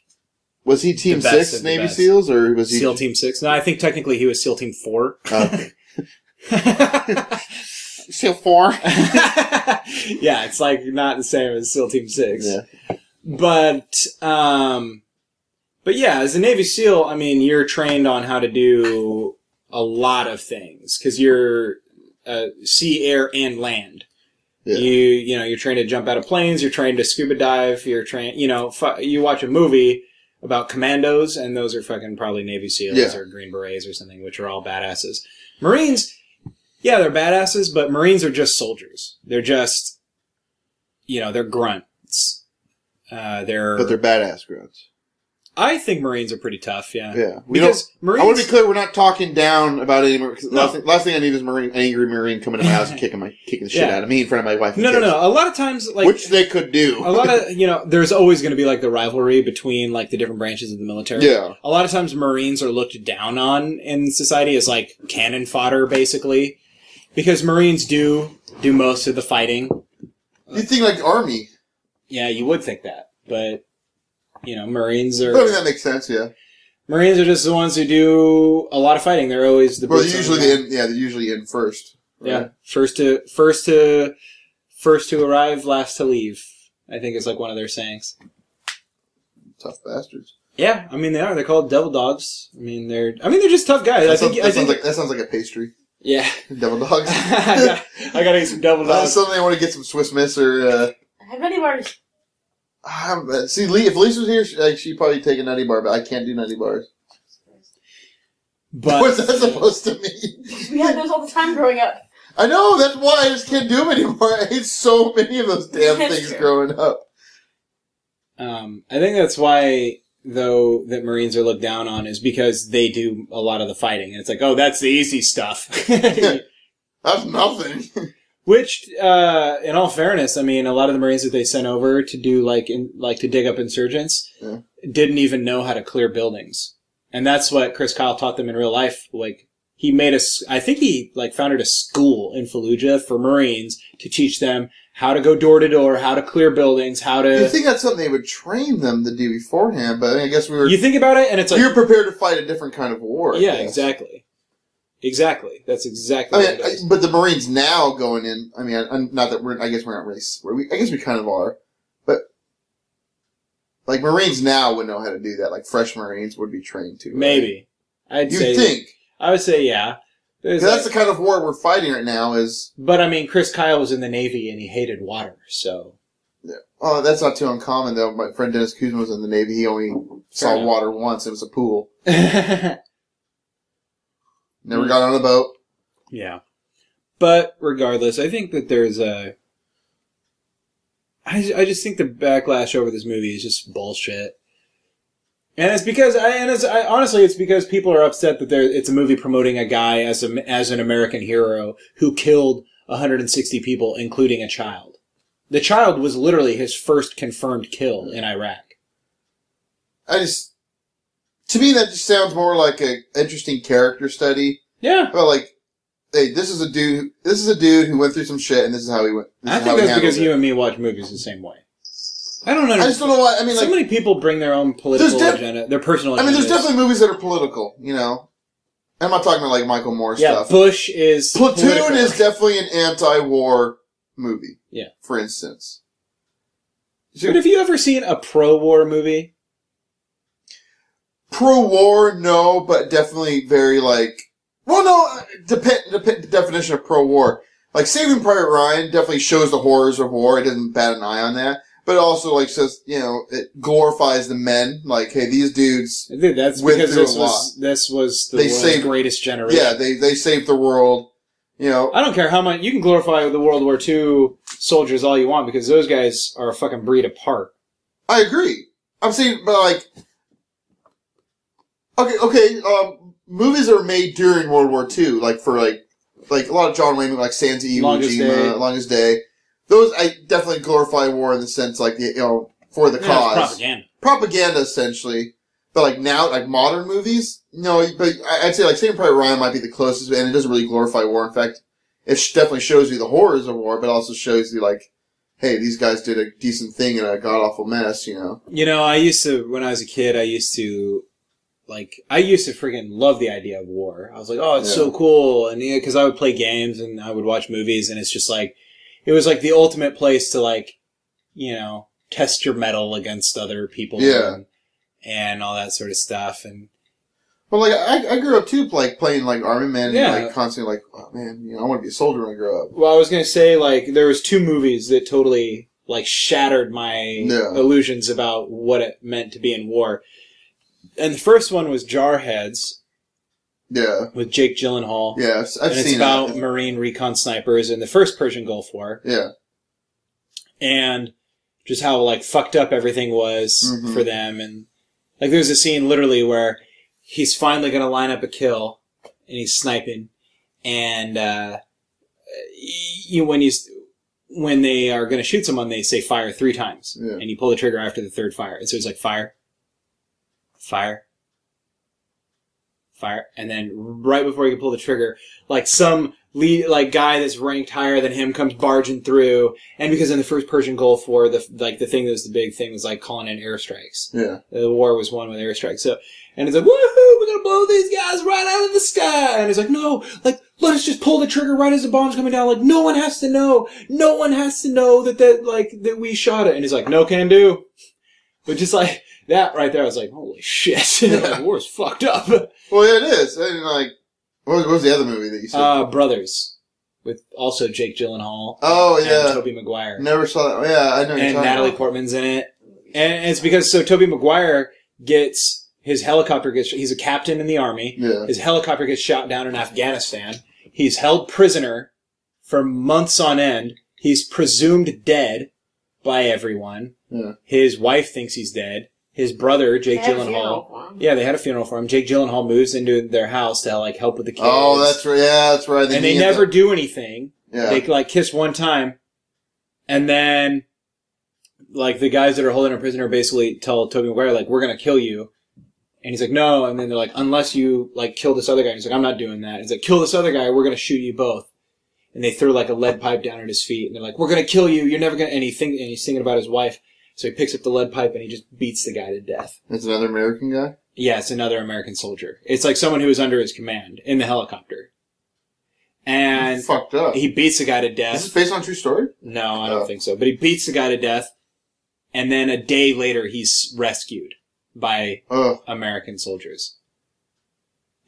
Speaker 2: Was he Team
Speaker 1: The best
Speaker 2: Six
Speaker 1: of the
Speaker 2: Navy
Speaker 1: best.
Speaker 2: SEAls or was he
Speaker 1: SEAL Team Six. No, I think technically he was SEAL Team
Speaker 2: (laughs)
Speaker 1: Four. (laughs)
Speaker 2: Uh,
Speaker 1: yeah, (laughs)
Speaker 2: SEAL Four?
Speaker 1: it's like not the same as SEAL Team Six.
Speaker 2: Yeah,
Speaker 1: But um, but yeah, as a Navy SEAL, I mean, you're trained on how to do a lot of things because you're uh, sea, air, and land.
Speaker 2: Yeah.
Speaker 1: You you know you're trained to jump out of planes. You're trained to scuba dive. You're trained you know fu- you watch a movie about commandos and those are fucking probably Navy SEALs
Speaker 2: Yeah.
Speaker 1: or Green Berets or something, which are all badasses. Marines, yeah, they're badasses, but Marines are just soldiers. They're just you know they're grunts. Uh, they're,
Speaker 2: But they're badass grunts.
Speaker 1: I think Marines are pretty tough. Yeah,
Speaker 2: Yeah. We don't,
Speaker 1: because
Speaker 2: I want
Speaker 1: Marines.
Speaker 2: to be clear, we're not talking down about any Marine.
Speaker 1: No.
Speaker 2: Last, thing, last thing I need is Marine, an angry Marine coming to my
Speaker 1: (laughs)
Speaker 2: house and kicking my kicking the shit
Speaker 1: Yeah.
Speaker 2: out of me in front of my wife. and
Speaker 1: no, no,
Speaker 2: kids.
Speaker 1: no. A lot of times, like
Speaker 2: Which they could do.
Speaker 1: a lot of you know there's always going to be like the rivalry between like the different branches of the military
Speaker 2: yeah.
Speaker 1: a lot of times marines are looked down on in society as like cannon fodder basically because marines do do most of the fighting Uh,
Speaker 2: You think like army?
Speaker 1: yeah you would think that but you know marines
Speaker 2: But I mean,
Speaker 1: are
Speaker 2: that makes sense. Yeah.
Speaker 1: marines are just the ones who do a lot of fighting they're always the
Speaker 2: Well,
Speaker 1: boots
Speaker 2: they're
Speaker 1: on
Speaker 2: usually
Speaker 1: ground.
Speaker 2: in. Yeah, they're usually in first. right?
Speaker 1: yeah first to first to first to arrive last to leave i think is like one of their sayings
Speaker 2: Tough bastards.
Speaker 1: Yeah, I mean they are. They're called devil dogs. I mean they're. I mean they're just tough guys.
Speaker 2: That,
Speaker 1: I
Speaker 2: sounds,
Speaker 1: think.
Speaker 2: that
Speaker 1: I think.
Speaker 2: sounds like that sounds like a pastry.
Speaker 1: (laughs)
Speaker 2: (laughs)
Speaker 1: yeah. (laughs)
Speaker 2: Devil dogs.
Speaker 1: I,
Speaker 2: (laughs)
Speaker 1: got, I gotta eat some devil
Speaker 2: Uh,
Speaker 1: dogs.
Speaker 2: suddenly, I want to get some Swiss Miss or. Uh,
Speaker 3: I have any bars.
Speaker 2: I'm- uh, see, Lee, if Lisa was here, she, like, she'd probably take a nutty bar, but I can't do nutty bars. (laughs)
Speaker 1: But
Speaker 2: What's that supposed to mean?
Speaker 3: (laughs) We had those all the time growing up.
Speaker 2: I know that's why I just can't do them anymore. (laughs) I ate so many of those damn
Speaker 3: That's
Speaker 2: things
Speaker 3: true.
Speaker 2: growing
Speaker 3: (laughs)
Speaker 2: up.
Speaker 1: um, I think that's why though that Marines are looked down on is because they do a lot of the fighting. And it's like, oh, that's the easy stuff. (laughs)
Speaker 2: That's nothing.
Speaker 1: Which, uh, in all fairness, I mean, a lot of the Marines that they sent over to do like in, like to dig up insurgents
Speaker 2: Yeah.
Speaker 1: didn't even know how to clear buildings, and that's what Chris Kyle taught them in real life. Like he made a, s- I think he like founded a school in Fallujah for Marines to teach them how to go door to door, how to clear buildings, how to.
Speaker 2: you think that's something they would train them to do beforehand, but I guess we were
Speaker 1: You think about it, and it's like,
Speaker 2: you're prepared to fight a different kind of war. I
Speaker 1: yeah,
Speaker 2: guess.
Speaker 1: exactly, exactly. That's exactly.
Speaker 2: I
Speaker 1: what
Speaker 2: mean,
Speaker 1: it
Speaker 2: I,
Speaker 1: is.
Speaker 2: but the Marines now going in. I mean, I'm not that we're. I guess we're not race. We, I guess we kind of are, but like Marines now would know how to do that. Like fresh Marines would be trained to. right?
Speaker 1: Maybe I'd
Speaker 2: you
Speaker 1: say.
Speaker 2: think
Speaker 1: I would say yeah. There's
Speaker 2: 'Cause that's
Speaker 1: like-
Speaker 2: the kind of war we're fighting right now. Is
Speaker 1: But I mean, Chris Kyle was in the Navy and he hated water, so (laughs)
Speaker 2: oh, that's not too uncommon though. My friend Dennis Kuzma was in the Navy. He only saw
Speaker 1: enough.
Speaker 2: water once. It was a pool.
Speaker 1: yeah.
Speaker 2: Never
Speaker 1: Hmm.
Speaker 2: got on a boat.
Speaker 1: But regardless, I think that there's a. I, I just think the backlash over this movie is just bullshit, and it's because I and it's I, honestly it's because people are upset that there it's a movie promoting a guy as a as an American hero who killed 160 people, including a child. The child was literally his first confirmed kill in Iraq.
Speaker 2: I just to me that just sounds more like a interesting character study
Speaker 1: Yeah,
Speaker 2: But like, hey, this is a dude. This is a dude who went through some shit, and this is how he went. This
Speaker 1: I
Speaker 2: is
Speaker 1: think
Speaker 2: how he
Speaker 1: that's
Speaker 2: handled
Speaker 1: because
Speaker 2: it.
Speaker 1: you and me watch movies the same way. I don't
Speaker 2: I
Speaker 1: understand.
Speaker 2: just don't know why. I mean,
Speaker 1: so
Speaker 2: like,
Speaker 1: many people bring their own political
Speaker 2: There's def-
Speaker 1: agenda, their personal.
Speaker 2: I mean, there's
Speaker 1: agendas.
Speaker 2: definitely movies that are political. You know, I'm not talking about like Michael Moore
Speaker 1: yeah.
Speaker 2: stuff.
Speaker 1: Bush is
Speaker 2: Platoon
Speaker 1: political.
Speaker 2: is definitely an anti-war movie.
Speaker 1: Yeah.
Speaker 2: For instance,
Speaker 1: But have you ever seen a pro-war movie?
Speaker 2: pro-war, no, but definitely very like. Well, no, depend, depend the definition of pro-war. Like Saving Private Ryan definitely shows the horrors of war. It doesn't bat an eye on that, but it also like says you know it glorifies the men. Like, hey, these dudes,
Speaker 1: I think that's
Speaker 2: Went
Speaker 1: because
Speaker 2: through
Speaker 1: this
Speaker 2: a
Speaker 1: was this was the
Speaker 2: They
Speaker 1: world's
Speaker 2: saved-
Speaker 1: greatest generation.
Speaker 2: yeah, they they saved the world. You know,
Speaker 1: I don't care how much you can glorify the World War II soldiers all you want because those guys are a fucking breed apart.
Speaker 2: I agree. I'm saying, but like, okay, okay, um, movies are made during World War II, like for like, like a lot of John Wayne, like Sands of Iwo
Speaker 1: Longest
Speaker 2: Jima,
Speaker 1: Day.
Speaker 2: Longest Day. Those I definitely glorify war in the sense, like you know, for the
Speaker 1: Yeah, it's
Speaker 2: cause,
Speaker 1: propaganda.
Speaker 2: propaganda essentially. But like now, like modern movies, no. But I- I'd say like Saving Private Ryan might be the closest, and it doesn't really glorify war. In fact, it sh- definitely shows you the horrors of war, but also shows you like, hey, these guys did a decent thing in a god awful mess, you know.
Speaker 1: You know, I used to when I was a kid, I used to like I used to freaking love the idea of war. I was like, oh, it's so cool, and because I would play games and I would watch movies, and it's just like it was like the ultimate place to like you know test your metal against other people,
Speaker 2: Yeah.
Speaker 1: and, and all that sort of stuff, and
Speaker 2: But like I, I grew up too, like playing like Army Men,
Speaker 1: Yeah.
Speaker 2: and, like constantly like, oh man, you know, I want to be a soldier when I grow up.
Speaker 1: Well, I was gonna say like there was two movies that totally like shattered my
Speaker 2: Yeah.
Speaker 1: illusions about what it meant to be in war. And the first one was Jarheads
Speaker 2: Yeah,
Speaker 1: with Jake Gyllenhaal,
Speaker 2: yeah, I've, I've
Speaker 1: and it's
Speaker 2: seen
Speaker 1: about
Speaker 2: that.
Speaker 1: Marine recon snipers in the first Persian Gulf War,
Speaker 2: Yeah,
Speaker 1: and just how like fucked up everything was
Speaker 2: Mhm.
Speaker 1: for them. And like there's a scene literally where he's finally gonna line up a kill, and he's sniping, and uh, you when he's when they are gonna shoot someone, they say fire three times,
Speaker 2: Yeah.
Speaker 1: and you pull the trigger after the third fire. And so it's like fire, fire. Fire, and then right before he can pull the trigger, like some lead, like guy that's ranked higher than him comes barging through, and because in the first Persian Gulf War, the like the thing that was the big thing was like calling in airstrikes.
Speaker 2: yeah,
Speaker 1: The war was won with airstrikes. So, and it's like, woohoo, we're gonna blow these guys right out of the sky. And it's like, no, like let us just pull the trigger right as the bomb's coming down. Like no one has to know. No one has to know that that like that we shot it. And he's like, no can do. But just like that right there, I was like, holy shit, (laughs) the war's fucked up.
Speaker 2: (laughs) Well, yeah, it is. And like, what was, what was the other movie that you said?
Speaker 1: Uh, Brothers with also Jake Gyllenhaal
Speaker 2: oh
Speaker 1: and
Speaker 2: yeah,
Speaker 1: Toby Maguire.
Speaker 2: never saw that. Yeah, I know. what you're
Speaker 1: and
Speaker 2: talking
Speaker 1: Natalie
Speaker 2: about.
Speaker 1: Portman's in it. And it's because so Toby Maguire gets his helicopter gets he's a captain in the army.
Speaker 2: Yeah,
Speaker 1: His helicopter gets shot down in Afghanistan. He's held prisoner for months on end. He's presumed dead by everyone.
Speaker 2: Yeah.
Speaker 1: His wife thinks he's dead. His brother Jake Gyllenhaal. Yeah, they had a funeral for him. Jake Gyllenhaal moves into their house to like help with the kids.
Speaker 2: Oh, that's right. Yeah, that's right.
Speaker 1: and
Speaker 2: he
Speaker 1: they
Speaker 2: ends
Speaker 1: never
Speaker 2: up-
Speaker 1: do anything.
Speaker 2: yeah.
Speaker 1: They like kiss one time, and then like the guys that are holding her prisoner basically tell Toby Maguire like we're gonna kill you, and he's like no, and then they're like unless you like kill this other guy, and he's like I'm not doing that. He's like kill this other guy, we're gonna shoot you both, and they throw like a lead pipe down at his feet, and they're like we're gonna kill you, you're never gonna. And he think and he's thinking about his wife, so he picks up the lead pipe and he just beats the guy to death.
Speaker 2: That's another American guy.
Speaker 1: Yeah, it's another American soldier. It's like someone who was under his command in the helicopter, and
Speaker 2: fucked up.
Speaker 1: he beats the guy to death.
Speaker 2: Is this based on a true story?
Speaker 1: No, I don't
Speaker 2: Oh.
Speaker 1: think so. But he beats the guy to death, and then a day later he's rescued by
Speaker 2: Oh,
Speaker 1: American soldiers.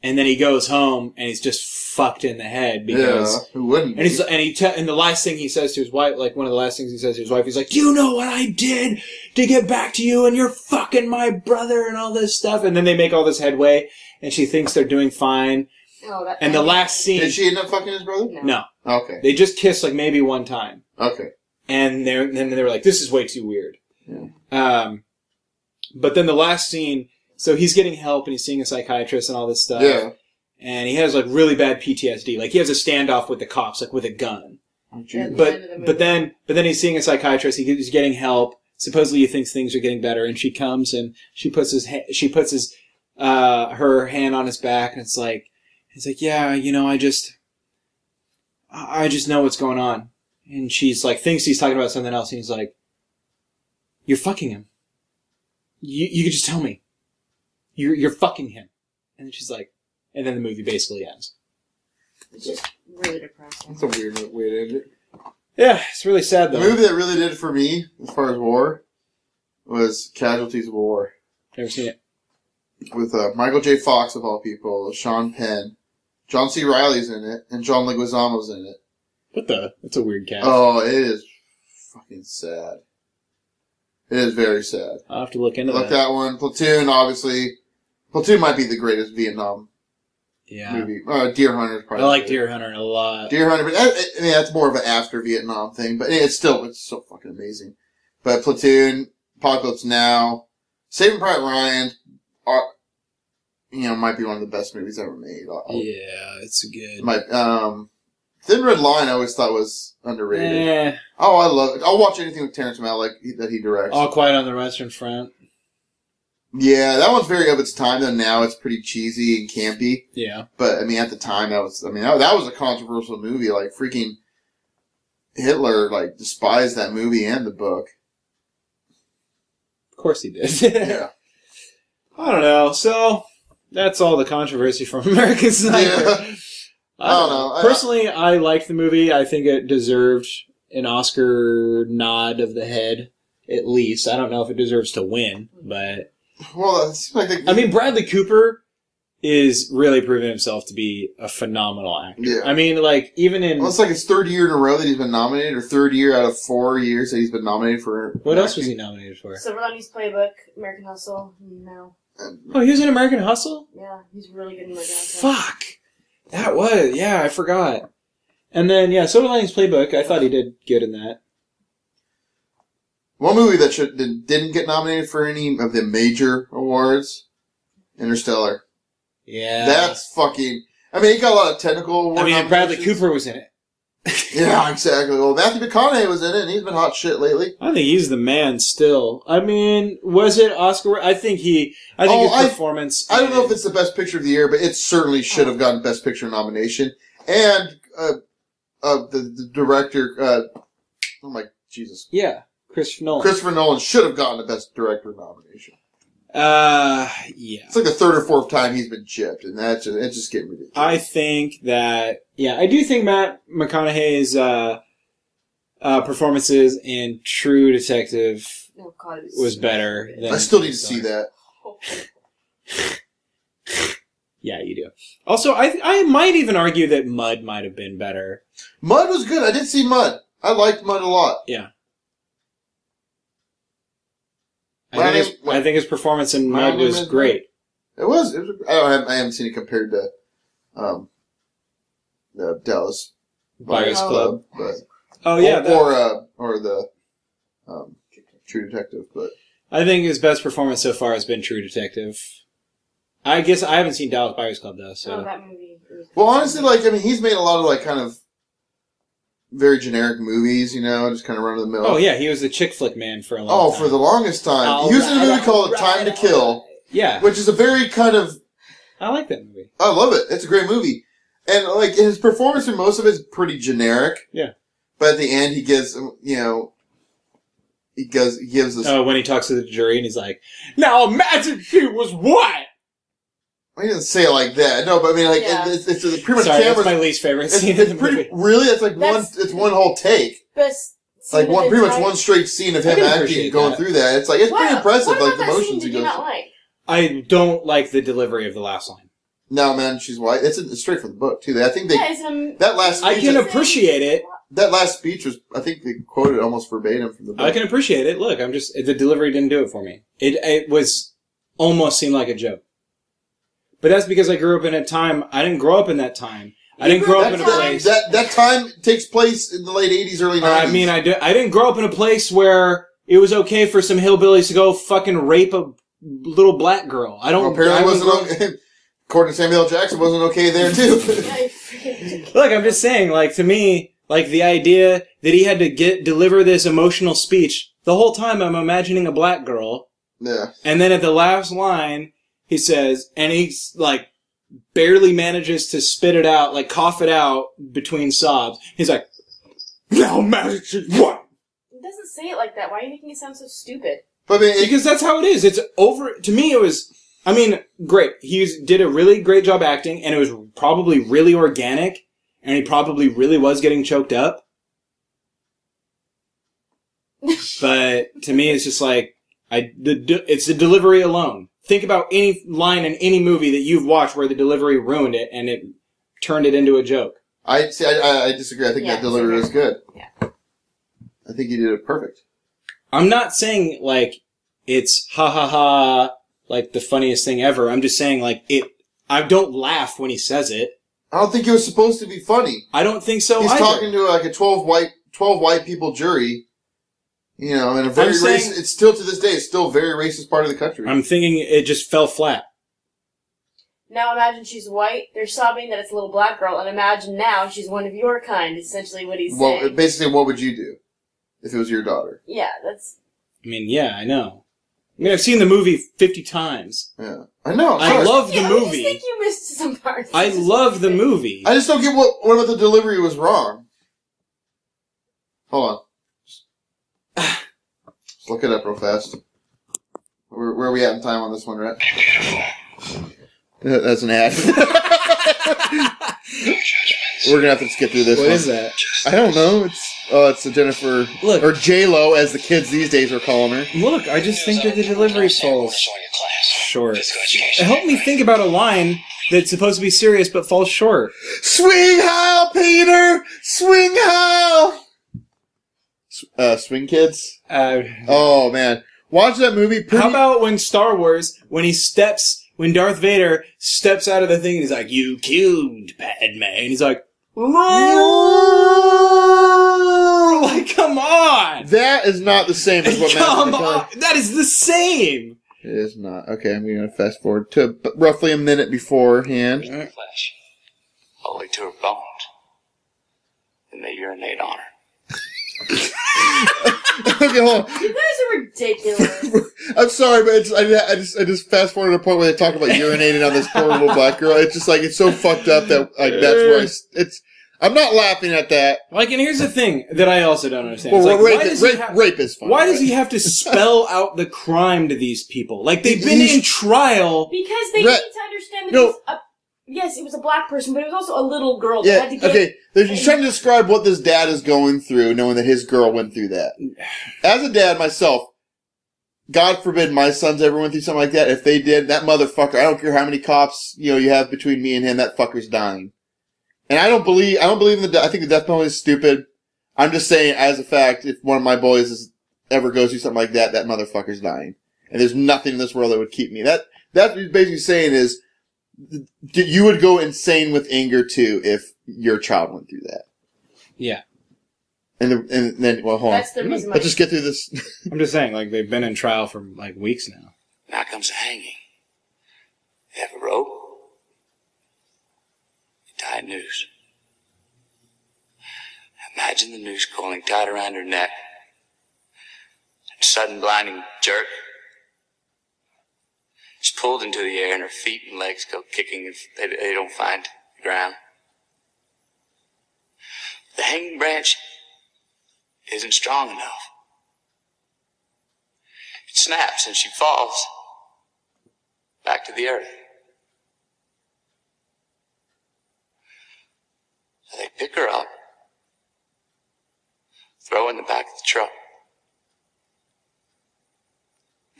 Speaker 1: And then he goes home and he's just fucked in the head because.
Speaker 2: yeah. Who wouldn't?
Speaker 1: And he's and he te- and the last thing he says to his wife, like one of the last things he says to his wife, he's like, "Do you know what I did to get back to you? And you're fucking my brother and all this stuff." And then they make all this headway, and she thinks they're doing fine.
Speaker 3: Oh, that,
Speaker 1: And the last scene,
Speaker 2: Did she end up fucking his brother?
Speaker 3: No.
Speaker 1: no,
Speaker 2: Okay.
Speaker 1: they just kiss like maybe one time.
Speaker 2: Okay.
Speaker 1: and they and then they were like, "This is way too weird."
Speaker 2: Yeah.
Speaker 1: Um, but then the last scene, so he's getting help and he's seeing a psychiatrist and all this stuff.
Speaker 2: yeah.
Speaker 1: And he has like really bad PTSD. Like he has a standoff with the cops, like with a gun.
Speaker 2: Oh,
Speaker 3: At
Speaker 2: Jesus.
Speaker 3: the end
Speaker 1: But
Speaker 3: of the movie.
Speaker 1: but then but then he's seeing a psychiatrist. He, he's getting help. Supposedly he thinks things are getting better, and she comes and she puts his ha- she puts his uh, her hand on his back, and it's like it's like yeah, you know, I just I I just know what's going on, and she's like thinks he's talking about something else, and he's like, you're fucking him. You you could just tell me, you're you're fucking him, and then she's like, and then the movie basically ends.
Speaker 3: It's just really depressing.
Speaker 2: That's a weird way to end it.
Speaker 1: Yeah, it's really sad
Speaker 2: The
Speaker 1: though.
Speaker 2: movie that really did it for me, as far as war, was Casualties of War
Speaker 1: Never seen it.
Speaker 2: with uh, Michael J. Fox of all people, Sean Penn, John C. Riley's in it, and John Leguizamo's in it.
Speaker 1: What the? That's a weird cat.
Speaker 2: Oh, it is fucking sad. It is very sad.
Speaker 1: I'll have to look into
Speaker 2: Look
Speaker 1: that.
Speaker 2: that one. Platoon, obviously. Platoon might be the greatest Vietnam
Speaker 1: Yeah.
Speaker 2: movie. Uh, Deer Hunter.
Speaker 1: I like Deer Hunter a lot.
Speaker 2: Deer Hunter, but that, I mean that's more of an after Vietnam thing. But it's still it's so fucking amazing. But Platoon, Apocalypse Now, Saving Private Ryan, are you know might be one of the best movies ever made. I'll- I'll-
Speaker 1: Yeah, it's good.
Speaker 2: My um, Thin Red Line, I always thought was underrated.
Speaker 1: Eh,
Speaker 2: Oh, I love it. I'll watch anything with Terrence Malick that he directs.
Speaker 1: All Quiet on the Western Front.
Speaker 2: yeah, that one's very of its time. Though now it's pretty cheesy and campy.
Speaker 1: Yeah.
Speaker 2: But I mean, at the time, that was I mean that, that was a controversial movie. Like freaking Hitler like despised that movie and
Speaker 1: (laughs)
Speaker 2: the book.
Speaker 1: Of course he did. (laughs) I don't know. So, that's all the controversy from (laughs) American
Speaker 2: (laughs)
Speaker 1: Sniper.
Speaker 2: Yeah.
Speaker 1: I don't
Speaker 2: I don't
Speaker 1: know.
Speaker 2: know. I-
Speaker 1: Personally, I liked the movie. I think it deserved an Oscar nod of the head, at least. I don't know if it deserves to win, but
Speaker 2: Well, it seems like they,
Speaker 1: I mean, Bradley Cooper is really proven himself to be a phenomenal actor.
Speaker 2: Yeah.
Speaker 1: I mean, like even in
Speaker 2: Well, it's like his third year in a row that he's been nominated, or third year out of four years that he's been nominated for.
Speaker 1: what else was he nominated for?
Speaker 3: Silverlani's Playbook, American Hustle. No,
Speaker 1: Oh, he was in American Hustle.
Speaker 3: yeah, he's really good in American Hustle.
Speaker 1: Fuck, that was yeah, I forgot. And then yeah, Soderling's Playbook. I thought he did good in that.
Speaker 2: One movie that should, that didn't get nominated for any of the major awards, Interstellar.
Speaker 1: Yeah,
Speaker 2: That's fucking. I mean, he got a lot of technical awards.
Speaker 1: I mean, and Bradley Cooper was in it.
Speaker 2: Yeah, exactly. Well, Matthew McConaughey was in it, and he's been hot shit lately.
Speaker 1: I think he's the man still. I mean, was it Oscar? I think he. I think
Speaker 2: Oh, I-
Speaker 1: his performance.
Speaker 2: I don't know if it's the best picture of the year, but it certainly should have gotten best picture nomination. And uh, uh, the, the director, uh, oh my Jesus,
Speaker 1: Yeah, Chris Nolan.
Speaker 2: Christopher Nolan should have gotten a best director nomination.
Speaker 1: uh, yeah.
Speaker 2: It's like the third or fourth time he's been chipped, and that's just, it's just getting ridiculous.
Speaker 1: I think that yeah, I do think Matt McConaughey's uh, uh, performances in True Detective
Speaker 3: Oh God, it was,
Speaker 1: was better. Than
Speaker 2: I still need to see that.
Speaker 1: Yeah, you do. Also, I I might even argue that Mud might have been better.
Speaker 2: Mud was good. I did see Mud. I liked Mud a lot.
Speaker 1: I think, his,
Speaker 2: My name-
Speaker 1: I think his performance in
Speaker 2: My
Speaker 1: Mud
Speaker 2: name
Speaker 1: was
Speaker 2: is-
Speaker 1: great.
Speaker 2: It was. It was I, don't have, I haven't seen it compared to um, uh, Dallas
Speaker 1: Buyers
Speaker 3: Oh.
Speaker 1: Club.
Speaker 2: but
Speaker 1: Oh yeah,
Speaker 2: or
Speaker 1: that-
Speaker 2: or, uh, or the um, True Detective. But
Speaker 1: I think his best performance so far has been True Detective. I guess I haven't seen Dallas Buyers Club though, so
Speaker 3: (laughs) Oh, that movie. was-
Speaker 2: well, honestly, like I mean, he's made a lot of like kind of very generic movies. You know, just kind of run of the mill.
Speaker 1: oh yeah, Oh, he was the chick flick man for a long
Speaker 2: Oh,
Speaker 1: time.
Speaker 2: for the longest time, he was in a
Speaker 1: Alright,
Speaker 2: movie called "Time to
Speaker 1: alright,
Speaker 2: Kill,"
Speaker 1: yeah,
Speaker 2: which is a very kind of
Speaker 1: I like that movie.
Speaker 2: I love it. It's a great movie. And like his performance in most of it is pretty generic.
Speaker 1: Yeah.
Speaker 2: But at the end he gives um, you know he goes he gives us
Speaker 1: Oh, when he talks to the jury and he's like, "Now imagine she was what?"
Speaker 2: he doesn't say it like that. No, but I mean like
Speaker 3: Yeah.
Speaker 2: it's, it's, it's pretty much
Speaker 1: Sorry, that's
Speaker 2: cameras
Speaker 1: my least favorite
Speaker 2: it's,
Speaker 1: scene
Speaker 2: it's
Speaker 1: in the
Speaker 2: pretty
Speaker 1: movie.
Speaker 2: really it's like
Speaker 3: That's-
Speaker 2: one it's one whole take.
Speaker 3: Best. scene
Speaker 2: Like
Speaker 3: of
Speaker 2: one
Speaker 3: the
Speaker 2: pretty much
Speaker 3: entire-
Speaker 2: one straight scene of
Speaker 1: I
Speaker 2: him
Speaker 1: can
Speaker 2: acting
Speaker 1: appreciate
Speaker 2: and going
Speaker 1: that.
Speaker 2: through that. It's like it's pretty
Speaker 3: Wow,
Speaker 2: impressive,
Speaker 3: what
Speaker 2: like
Speaker 3: about
Speaker 2: the
Speaker 3: that scene
Speaker 2: motions he
Speaker 3: did you
Speaker 2: goes.
Speaker 3: not like?
Speaker 1: I don't like the delivery of the last line.
Speaker 2: No man, she's white. It's, it's straight from the book too. I think they
Speaker 3: yeah, it's an,
Speaker 2: that last
Speaker 1: I
Speaker 2: speech
Speaker 1: can
Speaker 3: (laughs)
Speaker 1: appreciate it.
Speaker 2: that last speech was I think they quoted almost verbatim from the book.
Speaker 1: I can appreciate it. Look, I'm just the delivery didn't do it for me. It it was almost seemed like a joke. But that's because I grew up in a time I didn't grow up in that time. I
Speaker 3: You
Speaker 1: didn't grow
Speaker 3: grew
Speaker 1: up
Speaker 3: up
Speaker 1: in a
Speaker 3: in a
Speaker 1: place.
Speaker 2: That that time takes place in the late eighties, early nineties.
Speaker 1: I mean, I, do, I didn't grow up in a place where it was okay for some hillbillies to go fucking rape a little black girl. I don't.
Speaker 2: apparently
Speaker 1: I
Speaker 2: wasn't
Speaker 1: wouldn't grow-
Speaker 2: okay. (laughs) According to Samuel L. Jackson, wasn't okay there too. (laughs)
Speaker 1: Look, I'm just saying. Like to me, like the idea that he had to get deliver this emotional speech the whole time. I'm imagining a black girl
Speaker 2: yeah,
Speaker 1: And then at the last line, he says, and he's like, barely manages to spit it out, like cough it out between sobs. He's like, now magic what?
Speaker 3: It doesn't say it like that. Why are you making it sound so stupid?
Speaker 2: but I mean, it,
Speaker 1: Because that's how it is. It's over. To me, it was, I mean, great. He was- did a really great job acting and it was probably really organic and he probably really was getting choked
Speaker 2: (laughs)
Speaker 1: up. But to me, it's just like, I the de- it's the delivery alone. Think about any line in any movie that you've watched where the delivery ruined it and it turned it into a joke.
Speaker 2: I see. I, I, I disagree. I think
Speaker 3: Yeah,
Speaker 2: that delivery was good.
Speaker 3: Yeah.
Speaker 2: I think he did it perfect.
Speaker 1: I'm not saying like it's ha ha ha like the funniest thing ever. I'm just saying like it. I don't laugh when he says it.
Speaker 2: I don't think it was supposed to be funny.
Speaker 1: I don't think so.
Speaker 2: He's
Speaker 1: either.
Speaker 2: talking to like a twelve white twelve white people jury. You know, in a very
Speaker 1: I'm saying-
Speaker 2: racist. It's still to this day. It's still a very racist part of the country.
Speaker 1: I'm thinking it just fell flat.
Speaker 3: Now imagine she's white. They're sobbing that it's a little black girl, and imagine now she's one of your kind. Is essentially what he's
Speaker 2: well,
Speaker 3: saying.
Speaker 2: basically, what would you do if it was your daughter?
Speaker 3: yeah, that's
Speaker 1: I mean, yeah, I know. I mean, I've seen the movie 50 times.
Speaker 2: Yeah, I know. I'm
Speaker 1: I
Speaker 2: sorry.
Speaker 1: love the
Speaker 3: yeah, I just
Speaker 1: movie.
Speaker 3: think you missed some parts.
Speaker 1: I love the movie.
Speaker 2: I just don't get what what about the delivery was wrong. Hold on. Just look it up real fast. Where, where are we at in time on this one, Rhett? That- That's an ad. We're gonna have to skip through this.
Speaker 1: What
Speaker 2: one.
Speaker 1: is that?
Speaker 2: I don't know. It's oh, it's the Jennifer
Speaker 1: Look.
Speaker 2: or J Lo as the kids these days are calling her.
Speaker 1: Look, I just think that the delivery falls short. Help me think about a line that's supposed to be serious but falls short.
Speaker 2: Swing how, Peter! Swing how! Uh, swing kids?
Speaker 1: Uh,
Speaker 2: Oh, man. Watch that movie. Pretty,
Speaker 1: how about when Star Wars, when he steps, when Darth Vader steps out of the thing and he's like, "You killed Padme," and he's like, (laughs) "Like, come on,
Speaker 2: that is not the same
Speaker 1: (laughs)
Speaker 2: as what
Speaker 1: come
Speaker 2: Master of
Speaker 1: on,
Speaker 2: None-
Speaker 1: that is the same."
Speaker 2: It is not. Okay, I'm going to fast forward to b- roughly a minute beforehand. (laughs)
Speaker 4: flesh, only to her bones, and they urinate on her.
Speaker 2: okay, hold on.
Speaker 3: You guys
Speaker 2: (laughs)
Speaker 3: are ridiculous.
Speaker 2: I'm sorry, but it's, I, I just I just fast forward to the point where they talk about urinating on this
Speaker 1: (laughs)
Speaker 2: poor little black girl. It's just like it's so fucked up that like that's where I s it's. I'm not laughing at that.
Speaker 1: Like, and here's the thing that I also don't understand.
Speaker 2: Well,
Speaker 1: It's like,
Speaker 2: rape,
Speaker 1: why does he
Speaker 2: rape,
Speaker 1: have-
Speaker 2: rape is fine.
Speaker 1: Why does
Speaker 2: right?
Speaker 1: he have to (laughs) spell out the crime to these people? Like they've been
Speaker 2: He's-
Speaker 1: in trial.
Speaker 3: because they
Speaker 2: Re-
Speaker 3: need to understand that
Speaker 2: No.
Speaker 3: this. A, yes, it was a black person, but it was also a little girl. that
Speaker 2: Yeah.
Speaker 3: had to get,
Speaker 2: okay. There's, he's trying to describe what this dad is going through, knowing that his girl went through that. As a dad myself, God forbid my sons ever went through something like that. If they did, that motherfucker. I don't care how many cops you know you have between me and him. That fucker's dying. And I don't believe. I don't believe in the. de- I think the death penalty is stupid. I'm just saying, as a fact, if one of my boys is, ever goes through something like that, that motherfucker's dying. And there's nothing in this world that would keep me. That that's what he's basically saying is d- you would go insane with anger too if your child went through that.
Speaker 1: Yeah,
Speaker 2: And, the, and then, well, hold on.
Speaker 3: That's the reason why.
Speaker 2: Let's just get through this. (laughs)
Speaker 1: I'm just saying. Like they've been in trial for like weeks now.
Speaker 4: Now comes the hanging. You have a rope. You tie a noose. Imagine the noose coiling tight around her neck. A sudden blinding jerk. She's pulled into the air and her feet and legs go kicking if they, they don't find the ground. The hanging branch isn't strong enough. It snaps and she falls back to the earth. So they pick her up, throw her in the back of the truck,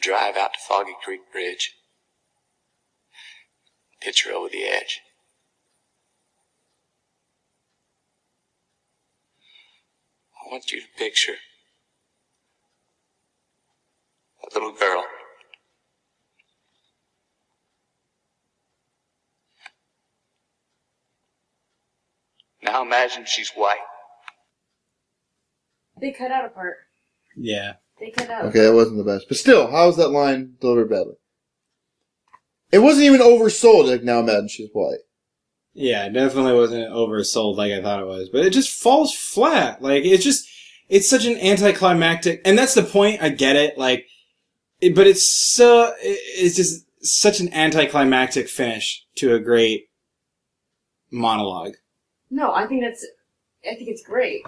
Speaker 4: drive out to Foggy Creek Bridge, pitch her over the edge. I want you to picture a little girl. Now imagine she's white.
Speaker 3: they cut out a part.
Speaker 1: Yeah,
Speaker 3: They um, cut out.
Speaker 2: okay, that wasn't the best. But still, how is that line delivered badly? It wasn't even oversold. Like, now imagine she's white.
Speaker 1: yeah, it definitely wasn't oversold like I thought it was, but it just falls flat. Like it's just, it's such an anticlimactic, and that's the point. I get it. Like, it, but it's so, it- it's just such an anticlimactic finish to a great monologue.
Speaker 3: No, I think that's. I think it's great.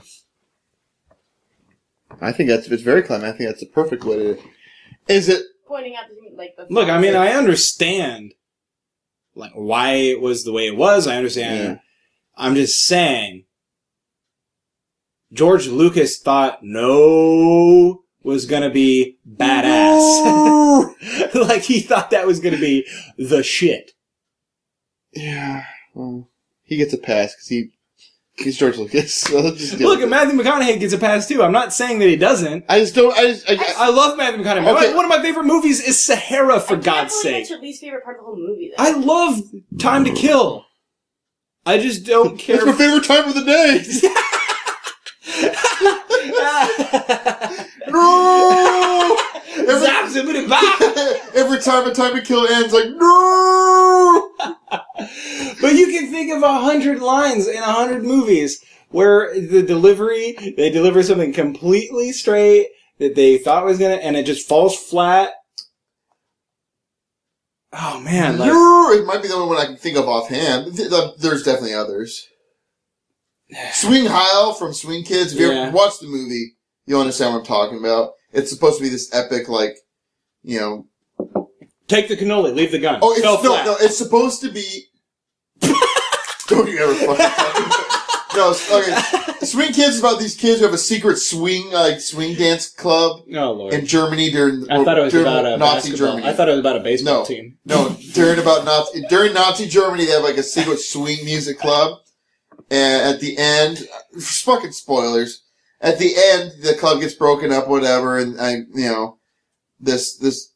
Speaker 2: I think that's, it's very clever. I think that's the perfect way to, is it,
Speaker 3: Pointing out the like the.
Speaker 1: Look, I mean, I understand like why it was the way it was. I understand.
Speaker 2: Yeah.
Speaker 1: I'm just saying George Lucas thought no was going to be badass. (laughs) like he thought that was going to be the shit.
Speaker 2: yeah, well, he gets a pass because he, he's George Lucas. (laughs) So let's just deal
Speaker 1: Look,
Speaker 2: with
Speaker 1: and
Speaker 2: it.
Speaker 1: Matthew McConaughey gets a pass too. I'm not saying that he doesn't.
Speaker 2: I just don't, I just, I, I,
Speaker 1: I love Matthew McConaughey.
Speaker 2: Okay.
Speaker 1: My- One of my favorite movies is Sahara for
Speaker 3: I can't
Speaker 1: God's
Speaker 3: believe
Speaker 1: sake.
Speaker 3: That's your least favorite part of the whole movie. Though.
Speaker 1: I love Time to Kill. I just don't care
Speaker 2: it's my favorite time of the day.
Speaker 1: (laughs)
Speaker 2: (laughs) no!
Speaker 1: Zaps it with a bop.
Speaker 2: (laughs) Every time a time to kill ends, like no.
Speaker 1: but you can think of a hundred lines in a hundred movies where the delivery they deliver something completely straight that they thought was gonna and it just falls flat. Oh man, like
Speaker 2: No! It might be the only one I can think of offhand. Th- th- There's definitely others. Swing Heil from Swing Kids. If you
Speaker 1: Yeah.
Speaker 2: ever watch the movie, you'll understand what I'm talking about. It's supposed to be this epic, like, you know.
Speaker 1: take the cannoli, leave the gun.
Speaker 2: Oh, it's
Speaker 1: Fell
Speaker 2: no,
Speaker 1: flat. (laughs)
Speaker 2: no. It's supposed to be. Don't you ever fucking. No, s- okay. swing Kids is about these kids who have a secret swing, like swing dance club
Speaker 1: Oh lord.
Speaker 2: in Germany during
Speaker 1: I thought it was
Speaker 2: during
Speaker 1: about a
Speaker 2: Nazi
Speaker 1: basketball.
Speaker 2: Germany.
Speaker 1: I thought it was about a baseball
Speaker 2: No.
Speaker 1: team.
Speaker 2: No, during about Nazi during Nazi Germany, they have like a secret swing music club, and at the end, fucking spoilers. At the end, the club gets broken up, whatever, and I, you know, this this